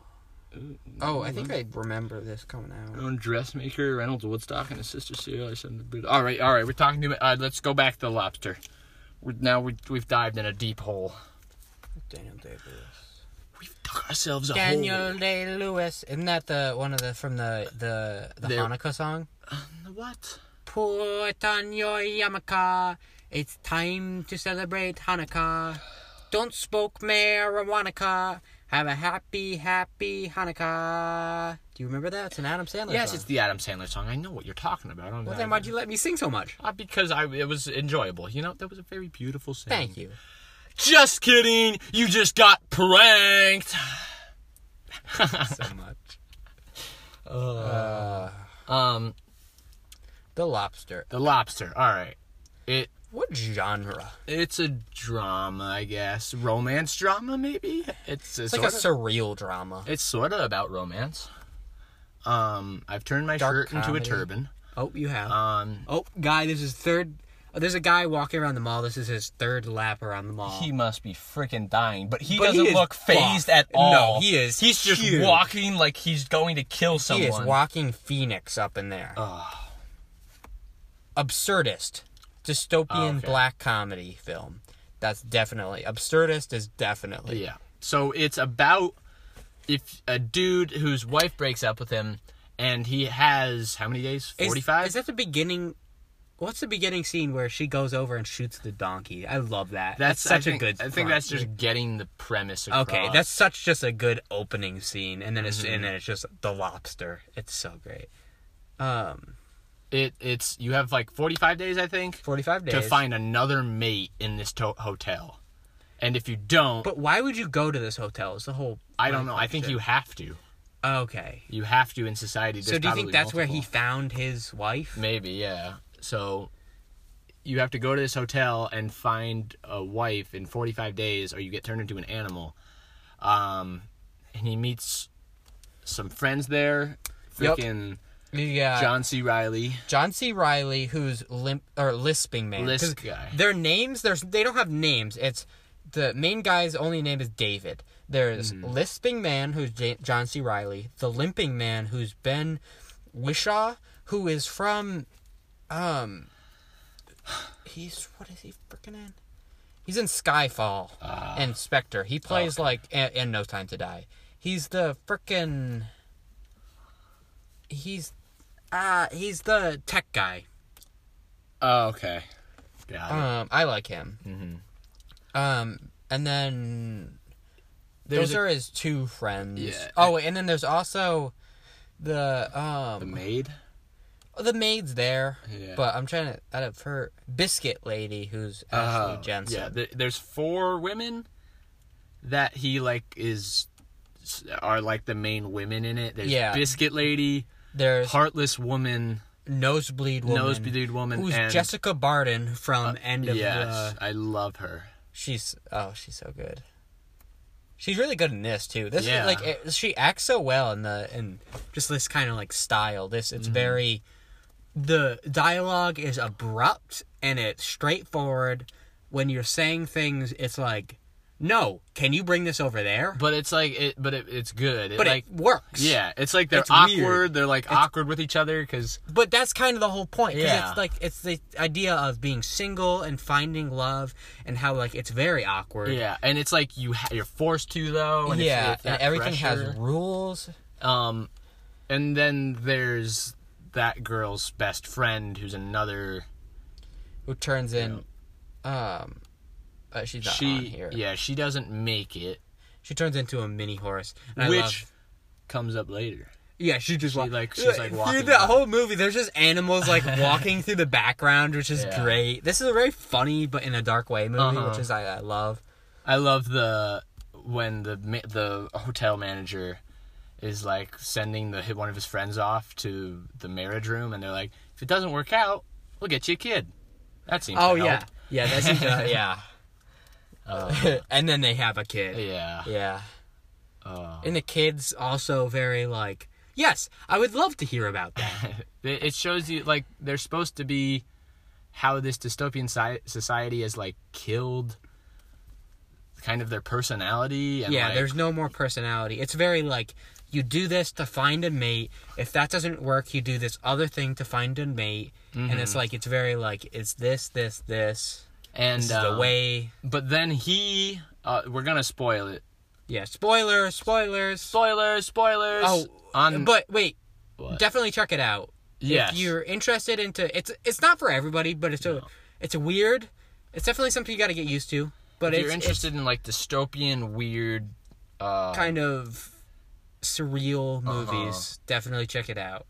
[SPEAKER 1] Ooh,
[SPEAKER 3] Oh, I think I remember this coming out.
[SPEAKER 1] Own dressmaker Reynolds Woodstock and his sister Serial. I said, but- All right, all right. We're talking to. Uh, let's go back to the lobster. We're, now we we've dived in a deep hole.
[SPEAKER 3] Daniel Day Lewis.
[SPEAKER 1] We've dug ourselves a
[SPEAKER 3] Daniel Day Lewis. Isn't that the one of the from the the the
[SPEAKER 1] There-
[SPEAKER 3] Hanukkah song?
[SPEAKER 1] hole. What?
[SPEAKER 3] Put on your yarmulke. It's time to celebrate Hanukkah. Don't smoke marijuana. Have a happy, happy Hanukkah. Do you remember that? It's an Adam Sandler
[SPEAKER 1] Yes,
[SPEAKER 3] song.
[SPEAKER 1] it's the Adam Sandler song. I know Uh, what you're talking about. I'm
[SPEAKER 3] Well,
[SPEAKER 1] not-
[SPEAKER 3] then why'd you let me sing so much?
[SPEAKER 1] Uh, because I it was enjoyable. You know, that was a very beautiful song.
[SPEAKER 3] Thank you.
[SPEAKER 1] Just kidding. You just got pranked.
[SPEAKER 3] so much. Uh,
[SPEAKER 1] Um,
[SPEAKER 3] The Lobster.
[SPEAKER 1] the lobster. All right. It
[SPEAKER 3] What genre?
[SPEAKER 1] it's a drama, I guess. Romance drama, maybe. It's,
[SPEAKER 3] It's like a surreal drama.
[SPEAKER 1] It's sort of about romance. Um, I've turned my
[SPEAKER 3] Dark
[SPEAKER 1] shirt into
[SPEAKER 3] comedy.
[SPEAKER 1] a turban.
[SPEAKER 3] Oh, you have.
[SPEAKER 1] Um,
[SPEAKER 3] Oh, guy, this is third. Oh, there's a guy walking around the mall. This is his third lap around the mall.
[SPEAKER 1] he must be freaking dying, but he
[SPEAKER 3] But he
[SPEAKER 1] doesn't
[SPEAKER 3] is
[SPEAKER 1] look phased
[SPEAKER 3] buff.
[SPEAKER 1] at all.
[SPEAKER 3] No, he is
[SPEAKER 1] He's just
[SPEAKER 3] huge.
[SPEAKER 1] walking like he's going to kill
[SPEAKER 3] He
[SPEAKER 1] someone.
[SPEAKER 3] is walking Phoenix up in there. Absurdist, dystopian
[SPEAKER 1] Oh, okay.
[SPEAKER 3] black comedy film. That's definitely absurdist. Is definitely
[SPEAKER 1] Yeah. So it's about if a dude whose wife breaks up with him, and he has how many days?
[SPEAKER 3] Is-
[SPEAKER 1] Forty-five.
[SPEAKER 3] Is, that the beginning? What's the beginning scene where she goes over and shoots the donkey? I love that. That's,
[SPEAKER 1] I
[SPEAKER 3] such
[SPEAKER 1] think-
[SPEAKER 3] a good.
[SPEAKER 1] I think
[SPEAKER 3] front.
[SPEAKER 1] that's just getting the premise. Across.
[SPEAKER 3] Okay, that's such just a good opening scene, and then it's and then it's just the lobster. It's so great. Um,
[SPEAKER 1] it. It's you have like forty-five days, I think,
[SPEAKER 3] forty-five days
[SPEAKER 1] to find another mate in this to- hotel, and if you don't,
[SPEAKER 3] But why would you go to this hotel? Is the whole
[SPEAKER 1] I don't know. I think you have to.
[SPEAKER 3] okay.
[SPEAKER 1] You have to in society.
[SPEAKER 3] So
[SPEAKER 1] There's
[SPEAKER 3] do you think
[SPEAKER 1] probably
[SPEAKER 3] that's where he
[SPEAKER 1] multiple.
[SPEAKER 3] found his wife?
[SPEAKER 1] Maybe, yeah. So you have to go to this hotel and find a wife in 45 days or you get turned into an animal. Um and he meets some friends there.
[SPEAKER 3] Yep.
[SPEAKER 1] Freaking
[SPEAKER 3] Yeah, John,
[SPEAKER 1] John C. Riley.
[SPEAKER 3] C. Riley, who's limp or lisping man.
[SPEAKER 1] Lisp
[SPEAKER 3] 'Cause
[SPEAKER 1] guy.
[SPEAKER 3] Their names, there's they don't have names. It's the main guy's only name is David. There's
[SPEAKER 1] Mm-hmm.
[SPEAKER 3] lisping man who's J- John C. Riley. The limping man who's Ben Wishaw, who is from, um, he's what is he freaking in? He's in Skyfall
[SPEAKER 1] Ah.
[SPEAKER 3] and Spectre. He plays like and, and No Time to Die. He's the frickin' he's uh he's the tech guy.
[SPEAKER 1] Oh, okay. Uh, Got it.
[SPEAKER 3] Um, I like him. Mm-hmm. Um, and then
[SPEAKER 1] There's
[SPEAKER 3] those
[SPEAKER 1] a-
[SPEAKER 3] are his two friends.
[SPEAKER 1] Yeah.
[SPEAKER 3] Oh, wait, and then there's also the um
[SPEAKER 1] the maid?
[SPEAKER 3] the maid's there.
[SPEAKER 1] Yeah.
[SPEAKER 3] But I'm trying to out of her biscuit lady who's
[SPEAKER 1] Oh,
[SPEAKER 3] Ashley Jensen.
[SPEAKER 1] Yeah, th- there's four women that he like is are like the main women in it. There's
[SPEAKER 3] Yeah.
[SPEAKER 1] Biscuit Lady,
[SPEAKER 3] There's
[SPEAKER 1] Heartless Woman,
[SPEAKER 3] nosebleed woman.
[SPEAKER 1] Nosebleed Woman,
[SPEAKER 3] Who's
[SPEAKER 1] and Uh,
[SPEAKER 3] Jessica Barden from End of
[SPEAKER 1] Yes,
[SPEAKER 3] the?
[SPEAKER 1] I love her.
[SPEAKER 3] She's oh, she's so good. She's really good in this too. This
[SPEAKER 1] Yeah.
[SPEAKER 3] is like it, she acts so well in the in just this kind of like style. This it's very the dialogue is abrupt and it's straightforward. When you're saying things, it's like, no, can you bring this over there? But,
[SPEAKER 1] But it's like it, but it, it's good. It, like
[SPEAKER 3] it works.
[SPEAKER 1] yeah, it's like they're
[SPEAKER 3] It's
[SPEAKER 1] awkward.
[SPEAKER 3] weird.
[SPEAKER 1] They're like awkward with each other because
[SPEAKER 3] But that's kind of the whole point. 'cause
[SPEAKER 1] Yeah.
[SPEAKER 3] It's like it's the idea of being single and finding love and how like it's very awkward.
[SPEAKER 1] yeah, and it's like you ha- you're forced to though. And
[SPEAKER 3] yeah,
[SPEAKER 1] it's, like,
[SPEAKER 3] and
[SPEAKER 1] that
[SPEAKER 3] everything has
[SPEAKER 1] pressure.
[SPEAKER 3] rules.
[SPEAKER 1] um, and then there's that girl's best friend who's another
[SPEAKER 3] who turns in um uh, she's not on
[SPEAKER 1] she
[SPEAKER 3] here.
[SPEAKER 1] yeah she doesn't make it
[SPEAKER 3] She turns into a mini horse. And I
[SPEAKER 1] which
[SPEAKER 3] love-
[SPEAKER 1] comes up later
[SPEAKER 3] Yeah, she just
[SPEAKER 1] She,
[SPEAKER 3] wa-
[SPEAKER 1] like- she's, like,
[SPEAKER 3] through
[SPEAKER 1] walking
[SPEAKER 3] the
[SPEAKER 1] by.
[SPEAKER 3] whole movie. There's just animals like walking through the background, which is
[SPEAKER 1] Yeah.
[SPEAKER 3] great. This is a very funny but in a dark way movie,
[SPEAKER 1] Uh-huh.
[SPEAKER 3] which is I, I love.
[SPEAKER 1] I love the when the ma- the hotel manager is like sending the one of his friends off to the marriage room, and they're like, "If it doesn't work out, we'll get you a kid." That seems.
[SPEAKER 3] Oh
[SPEAKER 1] to
[SPEAKER 3] yeah,
[SPEAKER 1] help.
[SPEAKER 3] yeah, that's each other, yeah.
[SPEAKER 1] Uh,
[SPEAKER 3] and then they have a kid.
[SPEAKER 1] yeah.
[SPEAKER 3] Yeah.
[SPEAKER 1] Uh,
[SPEAKER 3] And the kids also very like, yes, I would love to hear about that.
[SPEAKER 1] it it shows you like they're supposed to be how this dystopian si- society has like killed kind of their personality and
[SPEAKER 3] yeah,
[SPEAKER 1] like,
[SPEAKER 3] there's no more personality. It's very like you do this to find a mate. If that doesn't work, you do this other thing to find a mate. And
[SPEAKER 1] Mm-hmm.
[SPEAKER 3] it's like it's very like it's this, this, this.
[SPEAKER 1] and
[SPEAKER 3] This is
[SPEAKER 1] um,
[SPEAKER 3] the way.
[SPEAKER 1] but then he uh, we're gonna spoil it
[SPEAKER 3] Yeah, spoilers, spoilers.
[SPEAKER 1] spoilers spoilers
[SPEAKER 3] Oh,
[SPEAKER 1] on
[SPEAKER 3] but wait,
[SPEAKER 1] What?
[SPEAKER 3] definitely check it out.
[SPEAKER 1] Yes.
[SPEAKER 3] If you're interested into it's it's not for everybody, but it's a it's a weird. It's definitely something you got to get used to. But
[SPEAKER 1] if
[SPEAKER 3] it's,
[SPEAKER 1] you're
[SPEAKER 3] it's
[SPEAKER 1] interested in like dystopian weird uh
[SPEAKER 3] kind of surreal
[SPEAKER 1] Uh-huh.
[SPEAKER 3] movies, definitely check it out.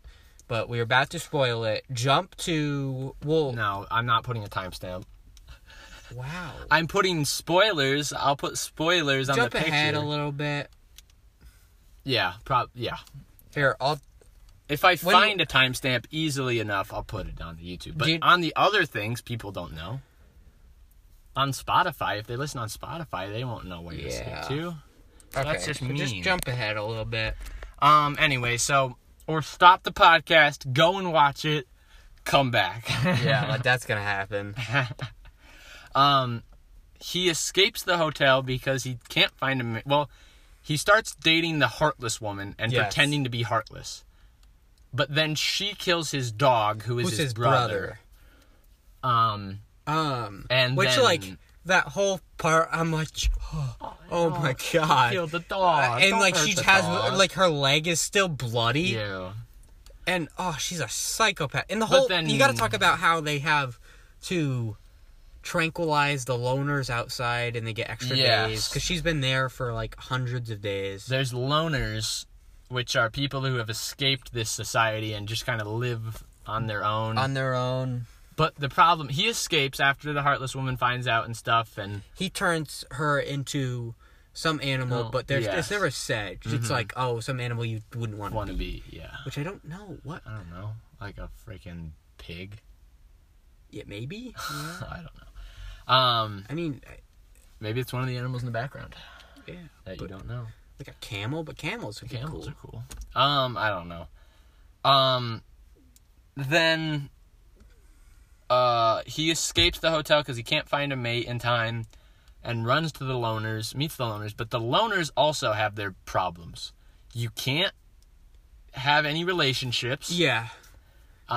[SPEAKER 3] But we're about to spoil it. Jump to well,
[SPEAKER 1] no i'm not putting a timestamp
[SPEAKER 3] wow.
[SPEAKER 1] i'm putting spoilers i'll put spoilers on
[SPEAKER 3] Jump
[SPEAKER 1] the picture
[SPEAKER 3] ahead a little bit.
[SPEAKER 1] yeah prob yeah
[SPEAKER 3] Here, I'll
[SPEAKER 1] if i
[SPEAKER 3] you-
[SPEAKER 1] find a timestamp easily enough i'll put it on the youtube but
[SPEAKER 3] Do you-
[SPEAKER 1] on the other things people don't know on spotify if they listen on spotify they won't know what you're
[SPEAKER 3] Yeah.
[SPEAKER 1] listening to
[SPEAKER 3] okay.
[SPEAKER 1] that's just
[SPEAKER 3] so
[SPEAKER 1] mean.
[SPEAKER 3] jump ahead a little bit.
[SPEAKER 1] Um. Anyway, so or stop the podcast, go and watch it, come back.
[SPEAKER 3] Yeah, like that's gonna happen.
[SPEAKER 1] um, he escapes the hotel because he can't find a. ma- Well, he starts dating the heartless woman and
[SPEAKER 3] Yes.
[SPEAKER 1] pretending to be heartless, but then she kills his dog, who is
[SPEAKER 3] Who's
[SPEAKER 1] his, brother. Um.
[SPEAKER 3] Um,
[SPEAKER 1] And
[SPEAKER 3] which
[SPEAKER 1] then-
[SPEAKER 3] like that whole part, I'm like, oh, oh my god.
[SPEAKER 1] Kill the dog.
[SPEAKER 3] and
[SPEAKER 1] Don't
[SPEAKER 3] like
[SPEAKER 1] hurt
[SPEAKER 3] she
[SPEAKER 1] the
[SPEAKER 3] has
[SPEAKER 1] dog.
[SPEAKER 3] like her leg is still bloody
[SPEAKER 1] Yeah.
[SPEAKER 3] and oh she's a psychopath and the whole
[SPEAKER 1] then-
[SPEAKER 3] you gotta talk about how they have to tranquilize the loners outside and they get extra
[SPEAKER 1] Yes.
[SPEAKER 3] days because she's been there for like hundreds of days
[SPEAKER 1] there's loners, which are people who have escaped this society and just kind of live on their own.
[SPEAKER 3] on their own
[SPEAKER 1] But the problem, he escapes after the heartless woman finds out and stuff, and
[SPEAKER 3] he turns her into some animal
[SPEAKER 1] No,
[SPEAKER 3] but there's
[SPEAKER 1] Oh, yes.
[SPEAKER 3] it's never said it's like oh some animal you wouldn't want to
[SPEAKER 1] want to be, Uh, yeah,
[SPEAKER 3] which i don't know what
[SPEAKER 1] I don't know, like a freaking pig.
[SPEAKER 3] yeah maybe
[SPEAKER 1] I don't know. Um,
[SPEAKER 3] i mean I-
[SPEAKER 1] maybe it's one of the animals in the background
[SPEAKER 3] yeah
[SPEAKER 1] that you
[SPEAKER 3] But-
[SPEAKER 1] don't know.
[SPEAKER 3] like a camel but camels would be
[SPEAKER 1] Camels
[SPEAKER 3] cool.
[SPEAKER 1] are cool. Um, I don't know. Um, then, uh, he escapes the hotel because he can't find a mate in time, and runs to the loners, meets the loners. But the loners also have their problems. You can't have any relationships.
[SPEAKER 3] yeah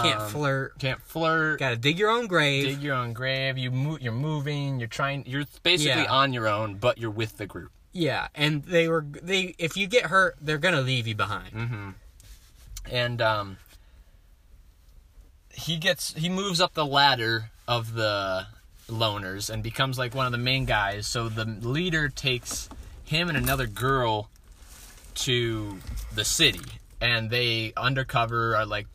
[SPEAKER 3] can't
[SPEAKER 1] Um,
[SPEAKER 3] flirt
[SPEAKER 1] Can't flirt.
[SPEAKER 3] Gotta dig your own grave.
[SPEAKER 1] dig your own grave. You move. You're moving. You're trying. You're basically
[SPEAKER 3] Yeah.
[SPEAKER 1] on your own, but you're with the group.
[SPEAKER 3] Yeah, and they were they. If you get hurt, they're gonna leave you behind.
[SPEAKER 1] Mm-hmm. and um, he gets he moves up the ladder of the loners and becomes like one of the main guys. So the leader takes him and another girl to the city, and they undercover are like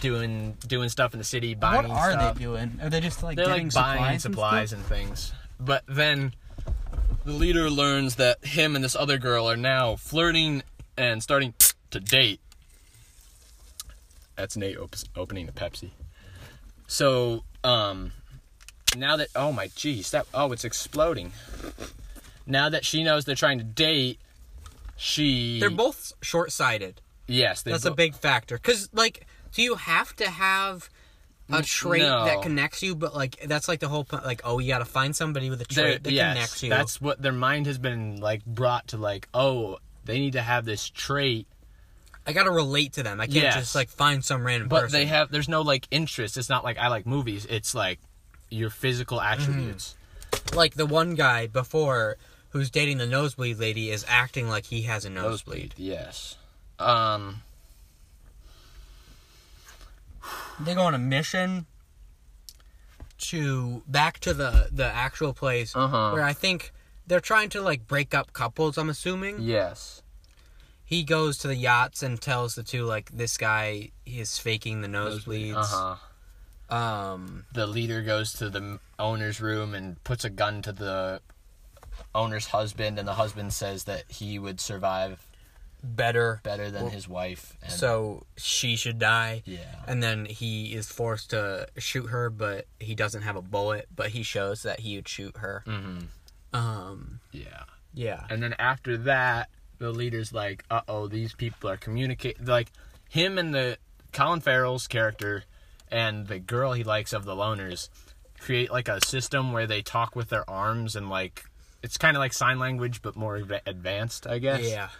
[SPEAKER 1] doing doing stuff in the city, buying
[SPEAKER 4] What are
[SPEAKER 1] stuff.
[SPEAKER 4] they doing? Are they just like
[SPEAKER 1] They're
[SPEAKER 4] getting
[SPEAKER 1] like buying supplies,
[SPEAKER 4] supplies? and stuff?
[SPEAKER 1] and, things. But then the leader learns that him and this other girl are now flirting and starting to date. That's Nate op- opening the Pepsi. So, um, now that oh my jeez, that oh it's exploding. Now that she knows they're trying to date, she
[SPEAKER 3] They're both short sighted.
[SPEAKER 1] yes they
[SPEAKER 3] That's
[SPEAKER 1] bo-
[SPEAKER 3] a big factor. Cause like, do you have to have a trait
[SPEAKER 1] no.
[SPEAKER 3] that connects you? But like, that's like the whole point. Like, oh, you gotta find somebody with a
[SPEAKER 1] They're-
[SPEAKER 3] trait that
[SPEAKER 1] yes,
[SPEAKER 3] connects you.
[SPEAKER 1] That's what their mind has been like brought to like, oh, they need to have this trait
[SPEAKER 3] I gotta relate to them. I can't
[SPEAKER 1] Yes.
[SPEAKER 3] just like find some random
[SPEAKER 1] But
[SPEAKER 3] person.
[SPEAKER 1] they have there's no like interest. It's not like I like movies. It's like your physical attributes.
[SPEAKER 3] Mm-hmm. like the one guy before who's dating the nosebleed lady is acting like he has a
[SPEAKER 1] Nosebleed.
[SPEAKER 3] nosebleed.
[SPEAKER 1] Yes. Um
[SPEAKER 3] they go on a mission to back to the the actual place
[SPEAKER 1] Uh-huh.
[SPEAKER 3] where I think they're trying to like break up couples. I'm assuming
[SPEAKER 1] yes.
[SPEAKER 3] he goes to the yachts and tells the two like this guy he is faking the nosebleeds.
[SPEAKER 1] Uh huh.
[SPEAKER 3] Um,
[SPEAKER 1] The leader goes to the m- owner's room and puts a gun to the owner's husband, and the husband says that he would survive
[SPEAKER 3] better.
[SPEAKER 1] better than his wife. And,
[SPEAKER 3] So she should die.
[SPEAKER 1] yeah,
[SPEAKER 3] And then he is forced to shoot her, but he doesn't have a bullet. But he shows that he would shoot her.
[SPEAKER 1] mm-hmm.
[SPEAKER 3] Um,
[SPEAKER 1] yeah.
[SPEAKER 3] yeah,
[SPEAKER 1] And then after that, the leader's like, "Uh oh, these people are communicating." Like him and the Colin Farrell's character and the girl he likes of the loners create like a system where they talk with their arms and like it's kind of like sign language but more adva- advanced, I guess.
[SPEAKER 3] yeah.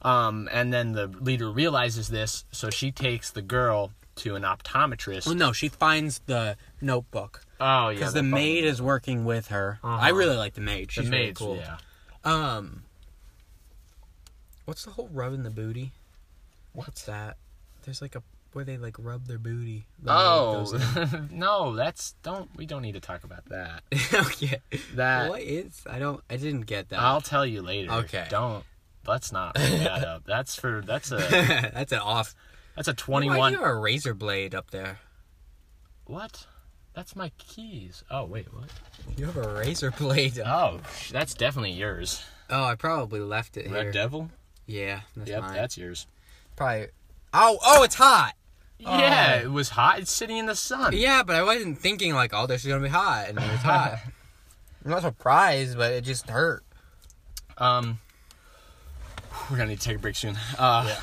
[SPEAKER 1] Um, and then the leader realizes this, so she takes the girl to an optometrist.
[SPEAKER 3] Well, no, she finds the notebook
[SPEAKER 1] Oh yeah,
[SPEAKER 3] because the maid is working with her.
[SPEAKER 1] Uh-huh.
[SPEAKER 3] I really like the maid. She's
[SPEAKER 1] the
[SPEAKER 3] really
[SPEAKER 1] maid.
[SPEAKER 3] cool.
[SPEAKER 1] Yeah.
[SPEAKER 3] Um, what's the whole rubbing the booty? What's that? There's like a where they like rub their booty. The maid goes in.
[SPEAKER 1] Oh no, that's don't we don't need to talk about that.
[SPEAKER 3] okay.
[SPEAKER 1] That Oh.
[SPEAKER 3] what is? I don't. I didn't get that.
[SPEAKER 1] I'll tell you later.
[SPEAKER 3] Okay.
[SPEAKER 1] Don't. Let's not bring that up. That's for that's a
[SPEAKER 3] That's an off.
[SPEAKER 1] that's a
[SPEAKER 3] Why
[SPEAKER 1] twenty
[SPEAKER 3] do you
[SPEAKER 1] one.
[SPEAKER 3] have a razor blade up there?
[SPEAKER 1] What? That's my keys. Oh wait, what?
[SPEAKER 3] You have a razor blade. Up.
[SPEAKER 1] Oh, sh- that's definitely yours.
[SPEAKER 3] Oh, I probably left it
[SPEAKER 1] Red
[SPEAKER 3] here.
[SPEAKER 1] Devil.
[SPEAKER 3] yeah, that's
[SPEAKER 1] Yep,
[SPEAKER 3] mine.
[SPEAKER 1] that's yours.
[SPEAKER 3] probably. Oh, oh, it's hot.
[SPEAKER 1] Yeah, it was hot. It's sitting in the sun.
[SPEAKER 3] Yeah, but I wasn't thinking like, oh, this is gonna be hot, and it was hot. I'm not surprised, but it just hurt.
[SPEAKER 1] Um, we're gonna need to take a break soon. Uh,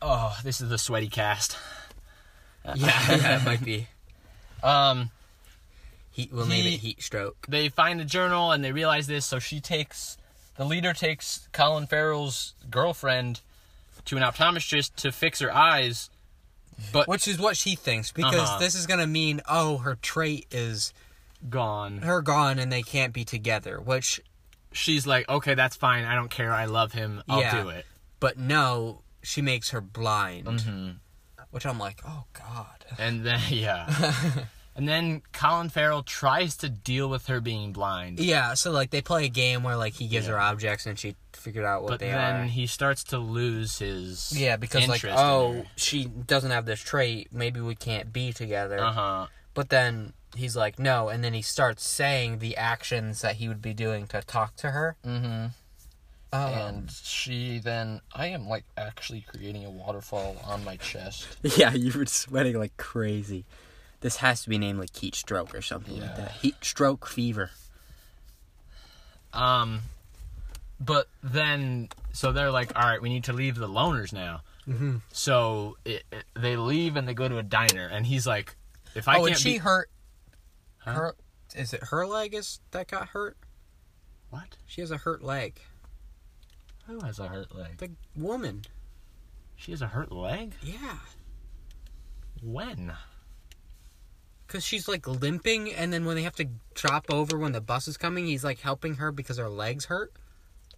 [SPEAKER 1] Oh, this is the sweaty cast.
[SPEAKER 3] Yeah, yeah, it might be
[SPEAKER 1] Um,
[SPEAKER 3] heat. We'll name
[SPEAKER 1] He-
[SPEAKER 3] it heat stroke.
[SPEAKER 1] they find the journal and they realize this, so she takes the leader takes Colin Farrell's girlfriend to an optometrist to fix her eyes. But
[SPEAKER 3] Which is what she thinks because
[SPEAKER 1] Uh-huh.
[SPEAKER 3] this is gonna mean, oh, her trait is
[SPEAKER 1] gone.
[SPEAKER 3] her gone, and they can't be together. Which,
[SPEAKER 1] She's like, "Okay, that's fine. I don't care. I love him. I'll
[SPEAKER 3] Yeah.
[SPEAKER 1] do it."
[SPEAKER 3] but no, she makes her blind. Which I'm like, oh god.
[SPEAKER 1] And then yeah. and then Colin Farrell tries to deal with her being blind.
[SPEAKER 3] Yeah, so like they play a game where like he gives her objects and she figured out what
[SPEAKER 1] but
[SPEAKER 3] they
[SPEAKER 1] then
[SPEAKER 3] are.
[SPEAKER 1] he starts to lose his
[SPEAKER 3] Yeah, because like
[SPEAKER 1] interest in
[SPEAKER 3] oh, she doesn't have this trait. Maybe we can't be together.
[SPEAKER 1] her. uh-huh
[SPEAKER 3] But then he's like, no. And then he starts saying the actions that he would be doing to talk to her.
[SPEAKER 1] mm-hmm
[SPEAKER 3] Um,
[SPEAKER 1] and she then i am like actually creating a waterfall on my chest
[SPEAKER 3] yeah, you were sweating like crazy. This has to be named like heat stroke or something
[SPEAKER 1] Yeah.
[SPEAKER 3] Heat stroke fever.
[SPEAKER 1] um but then so they're like all right we need to leave the loners now mm-hmm. so it, it- they leave and they go to a diner and he's like if i
[SPEAKER 3] oh,
[SPEAKER 1] can't
[SPEAKER 3] and she
[SPEAKER 1] be
[SPEAKER 3] hurt. Her is it her leg is that got hurt?
[SPEAKER 1] what
[SPEAKER 3] She has a hurt leg.
[SPEAKER 1] who has a hurt leg
[SPEAKER 3] The woman.
[SPEAKER 1] she has a hurt leg
[SPEAKER 3] Yeah,
[SPEAKER 1] when
[SPEAKER 3] because she's like limping, and then when they have to drop over when the bus is coming, he's like helping her because her legs hurt.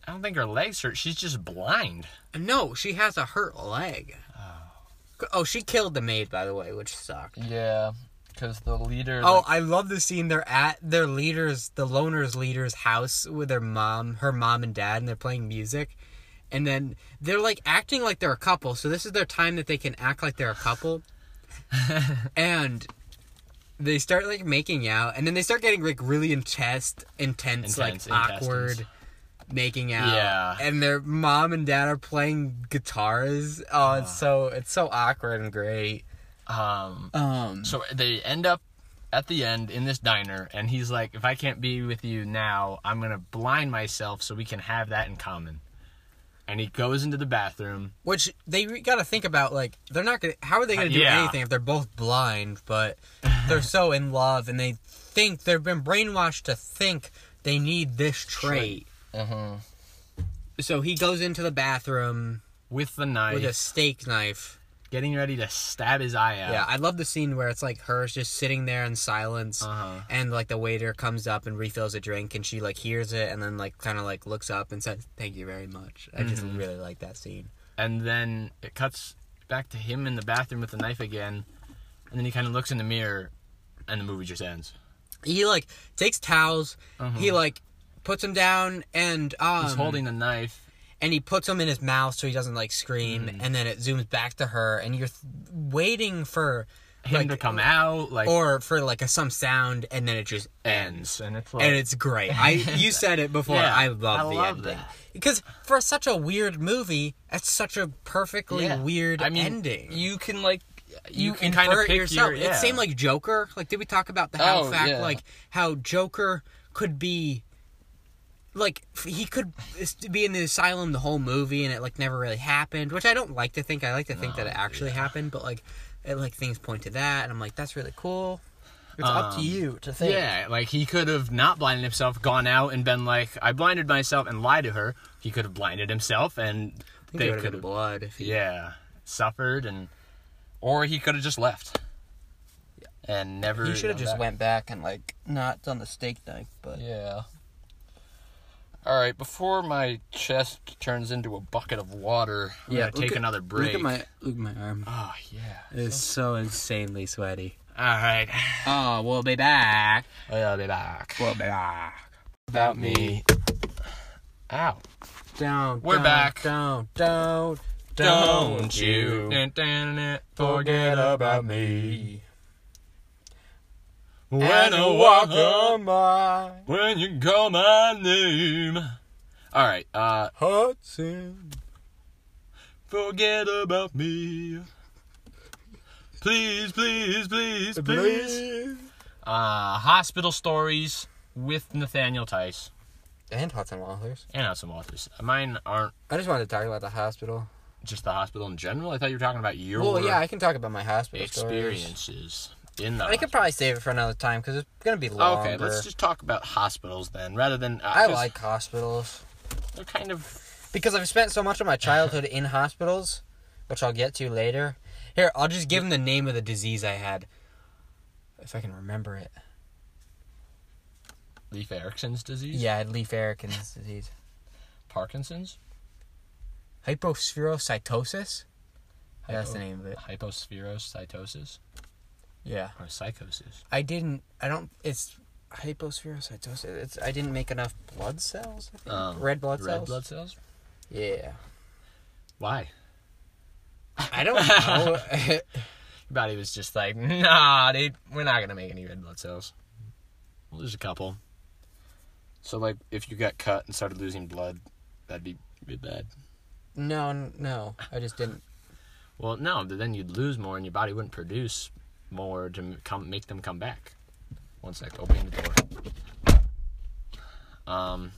[SPEAKER 1] i don't think her legs hurt she's just blind
[SPEAKER 3] No, she has a hurt leg. Oh. she killed the maid, by the way, which sucked.
[SPEAKER 1] yeah because the leader
[SPEAKER 3] Oh, I love the scene. They're at their leader's, the loner's leader's house with their mom, her mom and dad, and they're playing music. And then they're like acting like they're a couple. So this is their time that they can act like they're a couple. and they start like making out, and then they start getting like really intense,
[SPEAKER 1] Intense,
[SPEAKER 3] intense, like awkward
[SPEAKER 1] intestines.
[SPEAKER 3] making out.
[SPEAKER 1] Yeah.
[SPEAKER 3] And their mom and dad are playing guitars. Oh, it's so it's so awkward and great.
[SPEAKER 1] um
[SPEAKER 3] Um.
[SPEAKER 1] So they end up at the end in this diner, and he's like, "If I can't be with you now, I'm gonna blind myself so we can have that in common." And he goes into the bathroom.
[SPEAKER 3] Which they got to think about, like they're not gonna. How are they gonna do
[SPEAKER 1] Yeah.
[SPEAKER 3] anything if they're both blind? But they're so in love, and they think they've been brainwashed to think they need this trait.
[SPEAKER 1] Uh-huh.
[SPEAKER 3] So he goes into the bathroom
[SPEAKER 1] With the knife,
[SPEAKER 3] with a steak knife.
[SPEAKER 1] getting ready to stab his eye out.
[SPEAKER 3] Yeah, I love the scene where it's like her just sitting there in silence,
[SPEAKER 1] Uh-huh.
[SPEAKER 3] and like the waiter comes up and refills a drink, and she like hears it, and then like kind of like looks up and says, "Thank you very much." I just
[SPEAKER 1] Mm-hmm.
[SPEAKER 3] really like that scene.
[SPEAKER 1] And then it cuts back to him in the bathroom with the knife again, and then he kind of looks in the mirror, and the movie just ends.
[SPEAKER 3] he like
[SPEAKER 1] Uh-huh.
[SPEAKER 3] takes towels. He like puts them down and um,
[SPEAKER 1] He's holding the knife.
[SPEAKER 3] and he puts them in his mouth so he doesn't like scream,
[SPEAKER 1] Mm.
[SPEAKER 3] and then it zooms back to her, and you're th- waiting for
[SPEAKER 1] Him
[SPEAKER 3] like,
[SPEAKER 1] to come out like
[SPEAKER 3] or for like a some sound, and then it just
[SPEAKER 1] ends, and it's like
[SPEAKER 3] and it's great. I you said it before.
[SPEAKER 1] Yeah,
[SPEAKER 3] I love
[SPEAKER 1] I
[SPEAKER 3] the
[SPEAKER 1] love
[SPEAKER 3] ending
[SPEAKER 1] that.
[SPEAKER 3] because for such a weird movie, that's such a perfectly
[SPEAKER 1] Yeah.
[SPEAKER 3] weird
[SPEAKER 1] I mean,
[SPEAKER 3] ending.
[SPEAKER 1] You can like you, can
[SPEAKER 3] infer
[SPEAKER 1] kind of
[SPEAKER 3] it
[SPEAKER 1] pick
[SPEAKER 3] yourself.
[SPEAKER 1] Your, yeah.
[SPEAKER 3] It's same like Joker. Like, did we talk about the how
[SPEAKER 1] Oh,
[SPEAKER 3] fact
[SPEAKER 1] yeah.
[SPEAKER 3] like how Joker could be like f- he could s- be in the asylum the whole movie and it like never really happened, which I don't like to think. I like to think that
[SPEAKER 1] Oh,
[SPEAKER 3] it actually happened, but like it like things point to that, and I'm like, that's really cool. It's up to
[SPEAKER 1] Um,
[SPEAKER 3] you to think.
[SPEAKER 1] yeah, like he could have not blinded himself, gone out and been like, I blinded myself and lied to her. He could have blinded himself and
[SPEAKER 3] I think
[SPEAKER 1] they
[SPEAKER 3] it would have
[SPEAKER 1] could
[SPEAKER 3] been
[SPEAKER 1] have
[SPEAKER 3] blood. If he,
[SPEAKER 1] yeah, suffered and or he could have just left. And never
[SPEAKER 3] he should have
[SPEAKER 1] gone
[SPEAKER 3] just
[SPEAKER 1] back.
[SPEAKER 3] went back and like not done the steak knife, but
[SPEAKER 1] Yeah. All right, before my chest turns into a bucket of water, I'm
[SPEAKER 3] Yeah,
[SPEAKER 1] going to take
[SPEAKER 3] look at-
[SPEAKER 1] another break.
[SPEAKER 3] Look at my look at my arm.
[SPEAKER 1] Oh, yeah.
[SPEAKER 3] It's so insanely sweaty.
[SPEAKER 1] All right.
[SPEAKER 3] Oh, we'll be back.
[SPEAKER 1] I'll be back.
[SPEAKER 3] We'll be back.
[SPEAKER 1] About me. Ow.
[SPEAKER 3] Down.
[SPEAKER 1] We're
[SPEAKER 3] down,
[SPEAKER 1] back.
[SPEAKER 3] Down, down, down.
[SPEAKER 1] Don't you dun, dun, dun, forget about me. When I walk up,
[SPEAKER 3] my
[SPEAKER 1] when you call my name. All right, uh,
[SPEAKER 3] heart's in.
[SPEAKER 1] forget about me. Please, please, please, please. Uh, hospital stories with Nathaniel Tice
[SPEAKER 3] And Hudson Walters.
[SPEAKER 1] and out some authors. Mine aren't
[SPEAKER 3] I just wanted to talk about the hospital.
[SPEAKER 1] just the hospital in general. I thought you were talking about your
[SPEAKER 3] Well, yeah, I can talk about my hospital Stories.
[SPEAKER 1] experiences in the.
[SPEAKER 3] I could probably save it for another time because it's gonna be
[SPEAKER 1] Oh,
[SPEAKER 3] longer.
[SPEAKER 1] okay, let's just talk about hospitals then, rather than uh,
[SPEAKER 3] I
[SPEAKER 1] 'cause
[SPEAKER 3] like hospitals.
[SPEAKER 1] they're kind of
[SPEAKER 3] because I've spent so much of my childhood in hospitals, which I'll get to later. Here, I'll just give him the name of the disease I had, if I can remember it.
[SPEAKER 1] Leif Erikson's disease.
[SPEAKER 3] Yeah, I had Leaf Erichon's disease,
[SPEAKER 1] Parkinson's.
[SPEAKER 3] hypospherocytosis. Yeah, That's the name of it.
[SPEAKER 1] Hypospherocytosis
[SPEAKER 3] Yeah,
[SPEAKER 1] or psychosis.
[SPEAKER 3] I didn't. I don't. It's hypospherocytosis. It's I didn't make enough blood cells. I think.
[SPEAKER 1] Um,
[SPEAKER 3] red blood
[SPEAKER 1] Red
[SPEAKER 3] cells.
[SPEAKER 1] blood cells.
[SPEAKER 3] Yeah.
[SPEAKER 1] Why?
[SPEAKER 3] I don't know.
[SPEAKER 1] Your body was just like, nah, dude, we're not gonna make any red blood cells. Well, there's a couple. So like, if you got cut and started losing blood, that'd be really bad.
[SPEAKER 3] no, n- no, I just didn't.
[SPEAKER 1] Well, no, but then you'd lose more, and your body wouldn't produce more to m- come make them come back. One sec, opening the door. Um.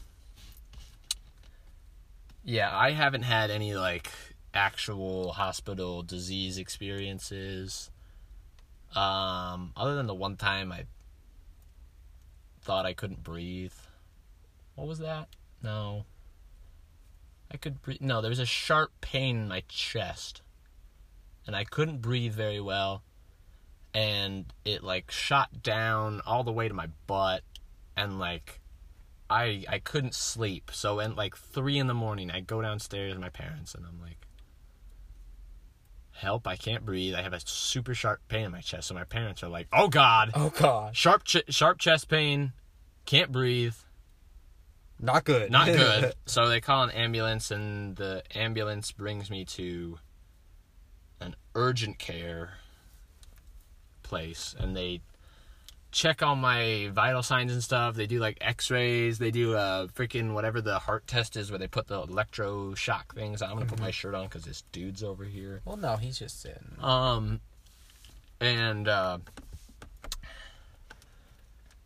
[SPEAKER 1] Yeah, I haven't had any like actual hospital disease experiences. Um, other than the one time I thought I couldn't breathe. What was that? No. I could breathe. No, there was a sharp pain in my chest and I couldn't breathe very well. And it like shot down all the way to my butt and like I I couldn't sleep. So at like three in the morning I go downstairs to my parents and I'm like Help, I can't breathe. I have a super sharp pain in my chest. So my parents are like, Oh god.
[SPEAKER 3] Oh gosh,
[SPEAKER 1] Sharp ch- sharp chest pain, can't breathe
[SPEAKER 3] not good.
[SPEAKER 1] not good. so they call an ambulance, and the ambulance brings me to an urgent care place, and they check all my vital signs and stuff. They do like X-rays. They do uh freaking whatever the heart test is, where they put the electroshock things. on. I'm gonna put my shirt on because this dude's over here.
[SPEAKER 3] well, no, he's just in.
[SPEAKER 1] Um, and uh,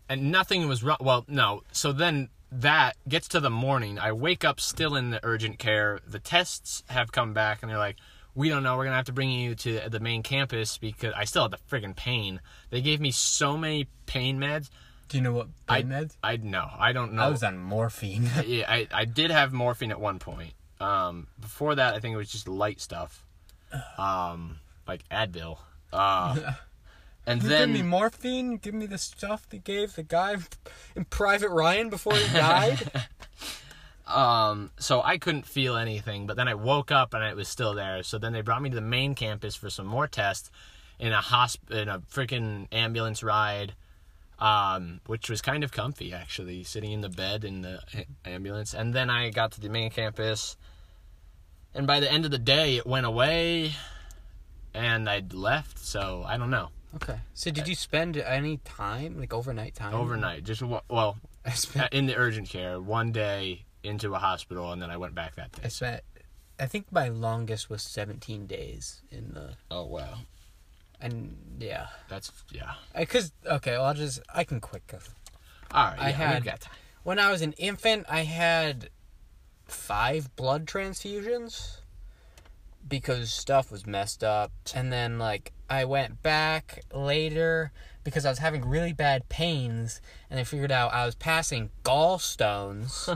[SPEAKER 1] and nothing was wrong. Well, no. So then that gets to the morning. I wake up still in the urgent care. The tests have come back, and they're like, "We don't know. We're gonna have to bring you to the main campus because I still had the friggin' pain. They gave me so many pain meds.
[SPEAKER 3] Do you know what
[SPEAKER 1] I I know. I don't know.
[SPEAKER 3] I was on morphine.
[SPEAKER 1] yeah, I, I did have morphine at one point. Um, before that, I think it was just light stuff, um, like Advil. Uh, and then
[SPEAKER 3] give me morphine. Give me the stuff they gave the guy in Private Ryan before he died.
[SPEAKER 1] Um, so I couldn't feel anything, but then I woke up and it was still there. So then they brought me to the main campus for some more tests in a hosp- in a freaking ambulance ride, um, which was kind of comfy actually, sitting in the bed in the a- ambulance. And then I got to the main campus And by the end of the day, it went away, and I'd left. So I don't know.
[SPEAKER 3] Okay. So did you spend any time, like overnight time?
[SPEAKER 1] Overnight, just wa- well
[SPEAKER 3] I spent.
[SPEAKER 1] in the urgent care, one day into a hospital, and then I went back that
[SPEAKER 3] I
[SPEAKER 1] day.
[SPEAKER 3] spent. I think my longest was 17 days in the.
[SPEAKER 1] Oh wow,
[SPEAKER 3] And yeah,
[SPEAKER 1] that's yeah.
[SPEAKER 3] I cause okay, well, I'll just I can quick. go through.
[SPEAKER 1] All right, yeah,
[SPEAKER 3] I had
[SPEAKER 1] we've got time.
[SPEAKER 3] when I was an infant, I had five blood transfusions because stuff was messed up. And then, like, I went back later because I was having really bad pains, and they figured out I was passing gallstones,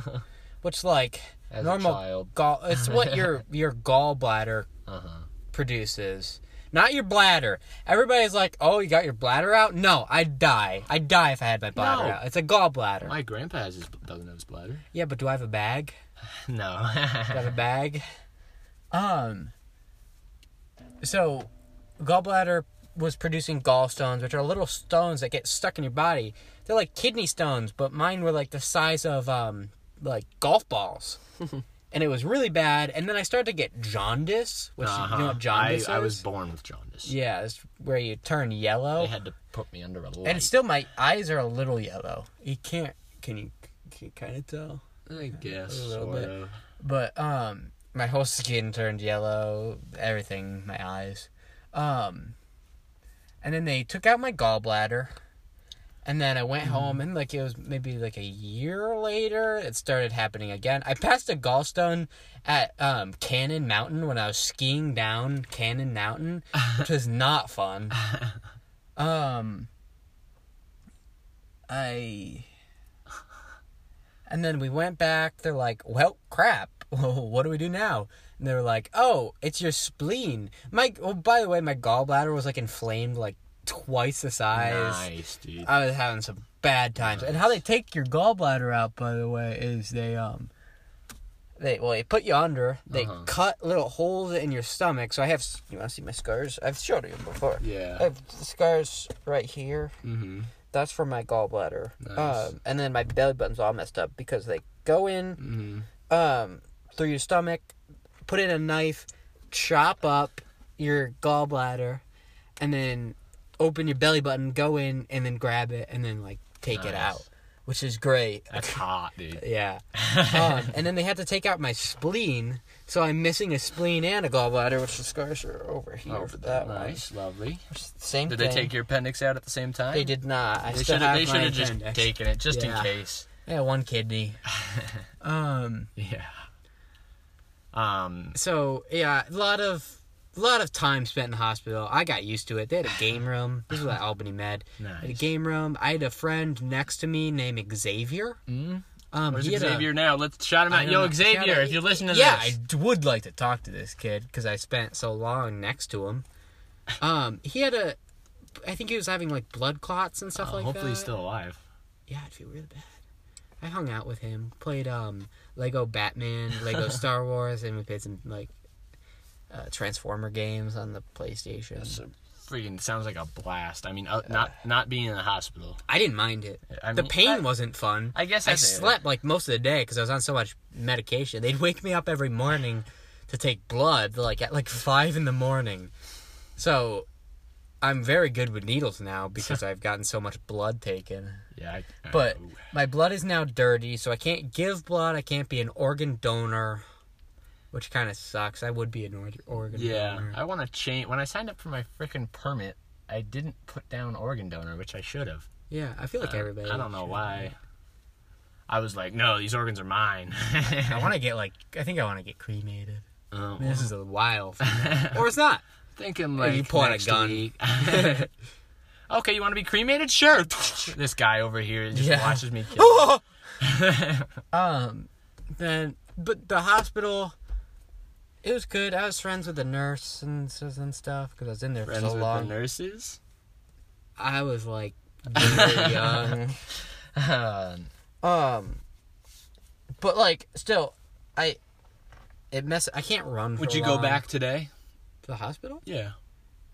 [SPEAKER 3] which, like,
[SPEAKER 1] As a
[SPEAKER 3] normal
[SPEAKER 1] child.
[SPEAKER 3] gall. It's what your your gallbladder
[SPEAKER 1] Uh huh.
[SPEAKER 3] produces. Not your bladder. Everybody's like, "Oh, you got your bladder out?" No, I'd die. I'd die if I had my bladder
[SPEAKER 1] No.
[SPEAKER 3] out. It's a gallbladder.
[SPEAKER 1] My grandpa has his, doesn't have his bladder.
[SPEAKER 3] Yeah, but do I have a bag?
[SPEAKER 1] No.
[SPEAKER 3] Do I have a bag? Um. So, gallbladder was producing gallstones, which are little stones that get stuck in your body. They're like kidney stones, but mine were like the size of um like golf balls. and it was really bad. And then I started to get jaundice, which you know
[SPEAKER 1] Uh-huh.
[SPEAKER 3] what jaundice
[SPEAKER 1] I, I was
[SPEAKER 3] is?
[SPEAKER 1] born with jaundice.
[SPEAKER 3] Yeah, it's where you turn
[SPEAKER 1] They
[SPEAKER 3] yellow.
[SPEAKER 1] had to put me under a light.
[SPEAKER 3] And still, my eyes are a little yellow. You can't. Can you? Can you kind of tell?
[SPEAKER 1] I guess.
[SPEAKER 3] A little
[SPEAKER 1] sort
[SPEAKER 3] bit.
[SPEAKER 1] of.
[SPEAKER 3] But um, my whole skin turned yellow. Everything, my eyes. Um, and then they took out my gallbladder, and then I went home, and like it was maybe like a year later, it started happening again. I passed a gallstone at um Cannon Mountain when I was skiing down Cannon Mountain, which was not fun. Um, I. And then we went back. They're like, well, crap. what do we do now? And they were like, oh, it's your spleen. My, oh, by the way, my gallbladder was like inflamed like twice the size.
[SPEAKER 1] Nice, dude.
[SPEAKER 3] I was having some bad times. And how they take your gallbladder out, by the way, is they um they well they put you under. They
[SPEAKER 1] Uh-huh.
[SPEAKER 3] cut little holes in your stomach. So I have s- you want to see my scars? I've showed you them before.
[SPEAKER 1] yeah.
[SPEAKER 3] I have scars right here.
[SPEAKER 1] mm-hmm.
[SPEAKER 3] That's from my gallbladder.
[SPEAKER 1] Nice.
[SPEAKER 3] Um, and then my belly button's all messed up because they go in
[SPEAKER 1] Mm-hmm.
[SPEAKER 3] um, through your stomach, put in a knife, chop up your gallbladder, and then open your belly button, go in, and then grab it, and then like take it
[SPEAKER 1] Nice.
[SPEAKER 3] out, which is great.
[SPEAKER 1] That's hot, dude.
[SPEAKER 3] Yeah. um, and then they had to take out my spleen, so I'm missing a spleen and a gallbladder, which the scars are over here Oh, for that one.
[SPEAKER 1] Oh, nice, lovely.
[SPEAKER 3] Which is the Same
[SPEAKER 1] Did
[SPEAKER 3] thing.
[SPEAKER 1] they take your appendix out at the same time?
[SPEAKER 3] They did not. I
[SPEAKER 1] They
[SPEAKER 3] still
[SPEAKER 1] should have.
[SPEAKER 3] have
[SPEAKER 1] They
[SPEAKER 3] my
[SPEAKER 1] should have just
[SPEAKER 3] appendix.
[SPEAKER 1] taken it just
[SPEAKER 3] Yeah.
[SPEAKER 1] in case.
[SPEAKER 3] I had one kidney. um.
[SPEAKER 1] Yeah. Um.
[SPEAKER 3] so yeah, a lot of a lot of time spent in the hospital. I got used to it. They had a game room. This was at Albany Med. They had a
[SPEAKER 1] Nice.
[SPEAKER 3] game room. I had a friend next to me named Xavier.
[SPEAKER 1] Mm.
[SPEAKER 3] Um,
[SPEAKER 1] Where's
[SPEAKER 3] he had a-
[SPEAKER 1] Xavier now? Let's shout him
[SPEAKER 3] I
[SPEAKER 1] out.
[SPEAKER 3] don't
[SPEAKER 1] Yo,
[SPEAKER 3] know.
[SPEAKER 1] Xavier,
[SPEAKER 3] Shout out-
[SPEAKER 1] if you're listening to
[SPEAKER 3] yeah,
[SPEAKER 1] this.
[SPEAKER 3] I d- would like to talk to this kid because I spent so long next to him. Um, he had a, I think he was having like blood clots and stuff
[SPEAKER 1] Uh,
[SPEAKER 3] like that.
[SPEAKER 1] hopefully he's still alive.
[SPEAKER 3] Yeah, it'd feel really bad. I hung out with him, played um Lego Batman, Lego Star Wars, and we played some like uh, Transformer games on the PlayStation.
[SPEAKER 1] Freaking sounds like a blast. I mean, uh, not not being in the hospital.
[SPEAKER 3] I didn't mind it.
[SPEAKER 1] I
[SPEAKER 3] the
[SPEAKER 1] mean,
[SPEAKER 3] pain
[SPEAKER 1] I-
[SPEAKER 3] wasn't fun.
[SPEAKER 1] I guess
[SPEAKER 3] I
[SPEAKER 1] that's it.
[SPEAKER 3] slept like most of the day because I was on so much medication. They'd wake me up every morning to take blood, like at like five in the morning. So, I'm very good with needles now because I've gotten so much blood taken.
[SPEAKER 1] Yeah. I, I
[SPEAKER 3] But
[SPEAKER 1] know.
[SPEAKER 3] my blood is now dirty, so I can't give blood. I can't be an organ donor, which kind of sucks. I would be an or- organ
[SPEAKER 1] Yeah,
[SPEAKER 3] donor.
[SPEAKER 1] I want to change. When I signed up for my freaking permit, I didn't put down organ donor, which I should have.
[SPEAKER 3] Yeah, I feel like everybody.
[SPEAKER 1] Uh, I don't know
[SPEAKER 3] should.
[SPEAKER 1] why. I was like, no, these organs are mine.
[SPEAKER 3] I want to get like. I think I want to get cremated.
[SPEAKER 1] Oh,
[SPEAKER 3] This is a while, from now. or it's not.
[SPEAKER 1] thinking like
[SPEAKER 3] you point a
[SPEAKER 1] next
[SPEAKER 3] gun.
[SPEAKER 1] week. okay, you want to be cremated? Sure. this guy over here just
[SPEAKER 3] Yeah.
[SPEAKER 1] watches me. Kill.
[SPEAKER 3] um, then but the hospital. It was good. I was friends with the nurse and and stuff because I was in there
[SPEAKER 1] Friends
[SPEAKER 3] for so
[SPEAKER 1] with
[SPEAKER 3] long.
[SPEAKER 1] the nurses.
[SPEAKER 3] I was like very young.
[SPEAKER 1] Um,
[SPEAKER 3] Um, but like, still, I it mess. I can't run. For
[SPEAKER 1] would you go
[SPEAKER 3] long.
[SPEAKER 1] back today?
[SPEAKER 3] to the hospital?
[SPEAKER 1] Yeah.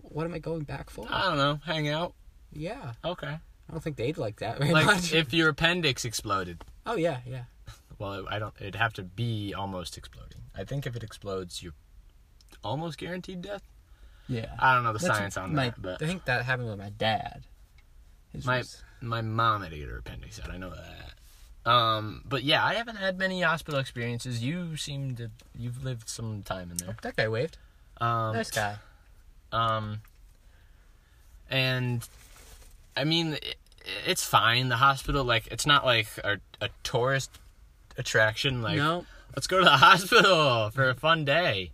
[SPEAKER 3] What am I going back for?
[SPEAKER 1] I don't know. Hang out.
[SPEAKER 3] yeah,
[SPEAKER 1] Okay.
[SPEAKER 3] I don't think they'd like that very
[SPEAKER 1] Like
[SPEAKER 3] much.
[SPEAKER 1] if your appendix exploded.
[SPEAKER 3] oh yeah, yeah.
[SPEAKER 1] Well, I don't. It'd have to be almost exploding. I think if it explodes, you're almost guaranteed death.
[SPEAKER 4] Yeah.
[SPEAKER 1] I don't know the
[SPEAKER 4] That's-
[SPEAKER 1] science on
[SPEAKER 4] my-
[SPEAKER 1] that, but
[SPEAKER 4] I think that happened with my dad. His
[SPEAKER 1] My-
[SPEAKER 4] was-
[SPEAKER 1] my mom had to get her appendix out. I know that. Um, but yeah, I haven't had many hospital experiences. You seem to you've lived some time in
[SPEAKER 3] oh,
[SPEAKER 1] there.
[SPEAKER 4] that guy waved.
[SPEAKER 1] Um,
[SPEAKER 4] Nice guy.
[SPEAKER 1] Um, and I mean, it, it's fine. The hospital, like, it's not like a, a tourist attraction. Like,
[SPEAKER 3] no,
[SPEAKER 1] let's go to the hospital for a fun day.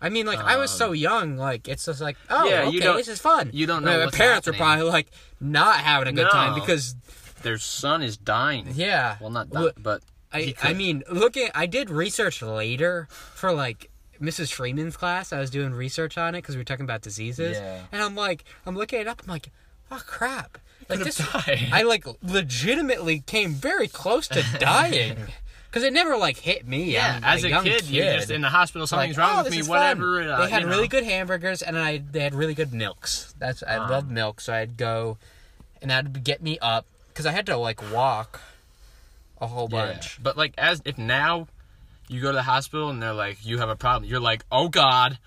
[SPEAKER 3] I mean, like I was so
[SPEAKER 1] Um,
[SPEAKER 3] young, like it's just like, oh,
[SPEAKER 1] Yeah, you
[SPEAKER 3] okay,
[SPEAKER 1] don't-
[SPEAKER 3] this is fun.
[SPEAKER 1] you don't
[SPEAKER 3] I mean,
[SPEAKER 1] know
[SPEAKER 3] My
[SPEAKER 1] what's
[SPEAKER 3] parents were
[SPEAKER 1] happening.
[SPEAKER 3] probably like not having a good time
[SPEAKER 1] No.
[SPEAKER 3] because
[SPEAKER 1] Their son is dying.
[SPEAKER 3] yeah.
[SPEAKER 1] Well, not dying,
[SPEAKER 3] Look,
[SPEAKER 1] but he
[SPEAKER 3] I
[SPEAKER 1] could.
[SPEAKER 3] I mean, looking, I did research later for like Mrs. Freeman's class. I was doing research on it because we were talking about diseases,
[SPEAKER 1] Yeah.
[SPEAKER 3] and I'm like, I'm looking it up. I'm like, oh crap, like
[SPEAKER 1] Could've
[SPEAKER 3] this.
[SPEAKER 1] died.
[SPEAKER 3] I like legitimately came very close to dying because it never like hit me.
[SPEAKER 1] yeah,
[SPEAKER 3] I'm
[SPEAKER 1] as a,
[SPEAKER 3] young
[SPEAKER 1] kid, you're just in the hospital. Something's
[SPEAKER 3] like,
[SPEAKER 1] wrong
[SPEAKER 3] "Oh,
[SPEAKER 1] with
[SPEAKER 3] this
[SPEAKER 1] me.
[SPEAKER 3] is
[SPEAKER 1] Whatever.
[SPEAKER 3] fun."
[SPEAKER 1] uh,
[SPEAKER 3] they had
[SPEAKER 1] you know.
[SPEAKER 3] really good hamburgers, and I they had really good milks. That's I
[SPEAKER 1] Um.
[SPEAKER 3] love milk, so I'd go, and that'd get me up because I had to like walk a whole
[SPEAKER 1] Yeah.
[SPEAKER 3] bunch.
[SPEAKER 1] But like, as if now you go to the hospital and they're like, you have a problem. You're like, oh god,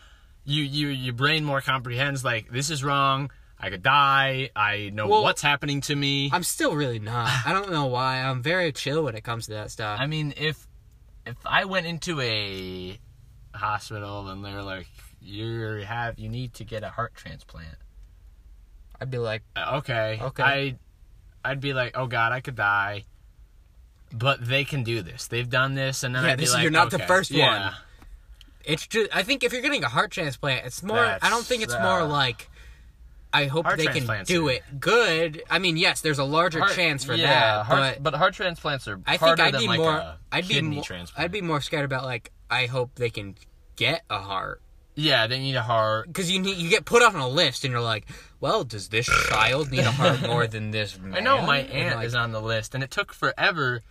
[SPEAKER 1] you you your brain more comprehends. Like this is wrong. I could die. I know
[SPEAKER 3] Well,
[SPEAKER 1] what's happening to me. i
[SPEAKER 3] I'm still really not. I don't know why. I'm very chill when it comes to that stuff.
[SPEAKER 1] mean, if if I went into a hospital and they're like, you have you need to get a heart transplant.
[SPEAKER 3] I'd be like,
[SPEAKER 1] Uh, Okay.
[SPEAKER 3] Okay.
[SPEAKER 1] I I'd be like, oh god, I could die. But they can do this. They've done this, and then
[SPEAKER 3] Yeah,
[SPEAKER 1] I'd be
[SPEAKER 3] this-
[SPEAKER 1] like,
[SPEAKER 3] you're not the
[SPEAKER 1] okay,
[SPEAKER 3] first one.
[SPEAKER 1] yeah.
[SPEAKER 3] it's just. I think if you're getting a heart transplant, it's more. I don't
[SPEAKER 1] That's,
[SPEAKER 3] think it's
[SPEAKER 1] uh,
[SPEAKER 3] more like. I hope
[SPEAKER 1] heart
[SPEAKER 3] they can
[SPEAKER 1] transplants
[SPEAKER 3] do
[SPEAKER 1] are-
[SPEAKER 3] it good. I mean, yes, there's a larger
[SPEAKER 1] Heart-
[SPEAKER 3] chance for
[SPEAKER 1] yeah,
[SPEAKER 3] that,
[SPEAKER 1] heart-
[SPEAKER 3] but
[SPEAKER 1] but heart transplants are
[SPEAKER 3] I think
[SPEAKER 1] harder
[SPEAKER 3] I'd
[SPEAKER 1] than
[SPEAKER 3] be
[SPEAKER 1] like
[SPEAKER 3] more.
[SPEAKER 1] a
[SPEAKER 3] I'd be
[SPEAKER 1] kidney
[SPEAKER 3] more.
[SPEAKER 1] transplant.
[SPEAKER 3] I'd be more scared about like. I hope they can get a heart
[SPEAKER 1] yeah, they need a heart.
[SPEAKER 3] because you need you get put on a list and you're like, well, does this child need a heart more than this? Man?
[SPEAKER 1] I know my
[SPEAKER 3] And,
[SPEAKER 1] aunt
[SPEAKER 3] like,
[SPEAKER 1] is on the list, and it took forever.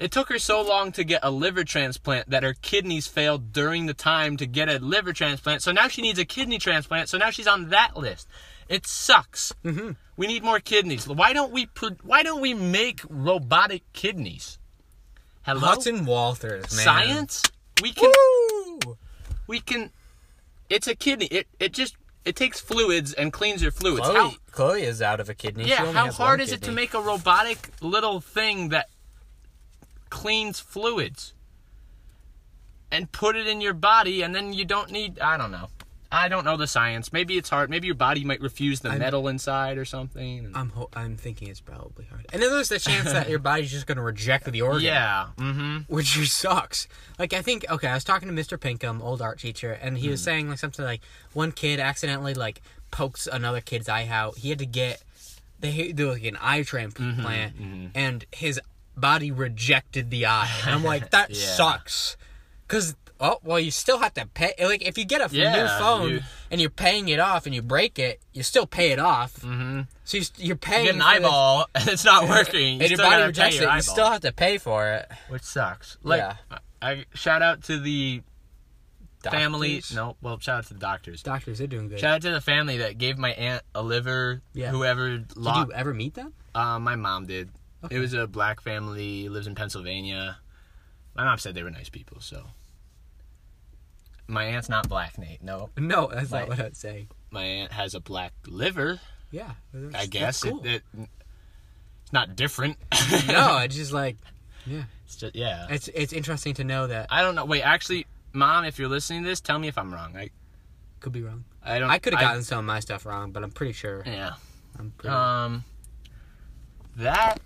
[SPEAKER 1] It took her so long to get a liver transplant that her kidneys failed during the time to get a liver transplant. So now she needs a kidney transplant. So now she's on that list. It sucks. Mm-hmm. We need more kidneys. Why don't we? Pro- why don't we make robotic kidneys? Hello,
[SPEAKER 3] Hudson Walters, man.
[SPEAKER 1] science. We can.
[SPEAKER 3] Woo!
[SPEAKER 1] we can it's a kidney it it just it takes fluids and cleans your fluids
[SPEAKER 3] Chloe,
[SPEAKER 1] how,
[SPEAKER 3] Chloe is out of a kidney. She
[SPEAKER 1] yeah
[SPEAKER 3] only
[SPEAKER 1] how
[SPEAKER 3] has
[SPEAKER 1] hard
[SPEAKER 3] one
[SPEAKER 1] is it to
[SPEAKER 3] kidney.
[SPEAKER 1] make a robotic little thing that cleans fluids and put it in your body and then you don't need i don't know i don't know the science maybe it's hard maybe your body might refuse the metal inside or something
[SPEAKER 3] I'm ho- I'm thinking it's probably hard. And then there's the chance that your body's just going to reject the organ,
[SPEAKER 1] yeah mm-hmm
[SPEAKER 3] which just sucks. Like I think okay, I was talking to Mr. Pinkham, old art teacher, and he
[SPEAKER 1] Hmm.
[SPEAKER 3] was saying like something like one kid accidentally like pokes another kid's eye out. He had to get they had to do like an eye transplant,
[SPEAKER 1] Mm-hmm,
[SPEAKER 3] and his body rejected the eye. And I'm like that
[SPEAKER 1] Yeah.
[SPEAKER 3] sucks because. Oh well, you still have to pay. Like if you get a new
[SPEAKER 1] Yeah,
[SPEAKER 3] phone
[SPEAKER 1] you-
[SPEAKER 3] and you're paying it off and you break it, you still pay it off. Mm-hmm. So you, you're paying.
[SPEAKER 1] get an
[SPEAKER 3] for the-
[SPEAKER 1] eyeball and it's not working you
[SPEAKER 3] and your
[SPEAKER 1] still
[SPEAKER 3] body
[SPEAKER 1] gotta pay
[SPEAKER 3] rejects
[SPEAKER 1] your
[SPEAKER 3] it, you
[SPEAKER 1] eyeball.
[SPEAKER 3] still have to pay for it.
[SPEAKER 1] which sucks like
[SPEAKER 3] Yeah.
[SPEAKER 1] I, I shout out to the family
[SPEAKER 3] Doctors.
[SPEAKER 1] no well shout out to the doctors
[SPEAKER 3] Doctors, they're doing good.
[SPEAKER 1] Shout out to the family that gave my aunt a liver.
[SPEAKER 3] Yeah.
[SPEAKER 1] Whoever
[SPEAKER 3] Did
[SPEAKER 1] lost.
[SPEAKER 3] you ever meet them?
[SPEAKER 1] Uh, my mom did. It was a black family. Lives in Pennsylvania. My mom said they were nice people. So. My aunt's not black, Nate. No,
[SPEAKER 3] No, that's
[SPEAKER 1] Right.
[SPEAKER 3] not what I was saying.
[SPEAKER 1] my aunt has a black liver.
[SPEAKER 3] Yeah, that's-
[SPEAKER 1] I
[SPEAKER 3] that's
[SPEAKER 1] guess
[SPEAKER 3] cool.
[SPEAKER 1] it, it- It's not different.
[SPEAKER 3] no, it's just like, yeah,
[SPEAKER 1] It's just yeah.
[SPEAKER 3] it's it's interesting to know that
[SPEAKER 1] I don't know. Wait, actually, mom, if you're listening to this, tell me if I'm wrong. I
[SPEAKER 3] could be wrong.
[SPEAKER 1] Um, I Uh, don't.
[SPEAKER 3] I could have gotten Mm. some of my stuff wrong, but I'm pretty sure.
[SPEAKER 1] yeah.
[SPEAKER 3] I'm pretty.
[SPEAKER 1] Um, that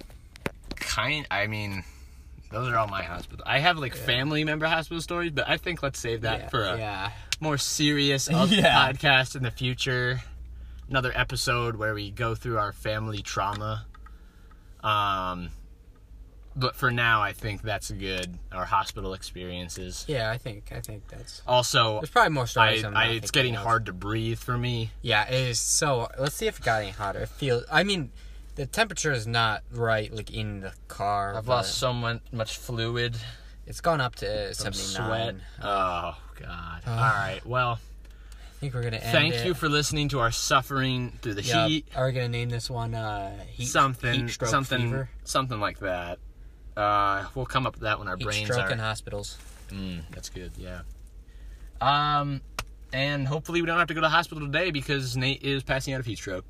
[SPEAKER 1] kind. I mean, those are all my hospital. I have like family member hospital stories, but I think let's save that
[SPEAKER 3] yeah,
[SPEAKER 1] for a
[SPEAKER 3] yeah.
[SPEAKER 1] more serious of-
[SPEAKER 4] Yeah.
[SPEAKER 1] podcast in the future. Another episode where we go through our family trauma. Um, but for now, I think that's good. Our hospital experiences.
[SPEAKER 3] yeah, I think I think that's.
[SPEAKER 1] Also,
[SPEAKER 3] There's probably more
[SPEAKER 1] I,
[SPEAKER 3] stories. I'm not
[SPEAKER 1] I it's
[SPEAKER 3] thinking
[SPEAKER 1] getting
[SPEAKER 3] of.
[SPEAKER 1] hard to breathe for me.
[SPEAKER 3] Yeah, it is so. Let's see if it got any hotter. It feels. I mean, the temperature is not right. Like in the car,
[SPEAKER 1] I've
[SPEAKER 3] but
[SPEAKER 1] lost so mon- much fluid.
[SPEAKER 3] It's gone up to
[SPEAKER 1] Some
[SPEAKER 3] seventy
[SPEAKER 1] sweat.
[SPEAKER 3] nine.
[SPEAKER 1] Oh God. All right. Well.
[SPEAKER 3] I think we're gonna end
[SPEAKER 1] Thank
[SPEAKER 3] it.
[SPEAKER 1] you for listening to our suffering through the
[SPEAKER 3] Yeah,
[SPEAKER 1] heat,
[SPEAKER 3] Are we gonna name this one uh, heat,
[SPEAKER 1] something,
[SPEAKER 3] heat stroke
[SPEAKER 1] something,
[SPEAKER 3] fever?
[SPEAKER 1] something like that. Uh, we'll come up with that when our
[SPEAKER 3] Heat
[SPEAKER 1] brains are.
[SPEAKER 3] stroke in hospitals.
[SPEAKER 1] Mm, that's good. Yeah. Um, and hopefully we don't have to go to the hospital today because Nate is passing out of heat stroke.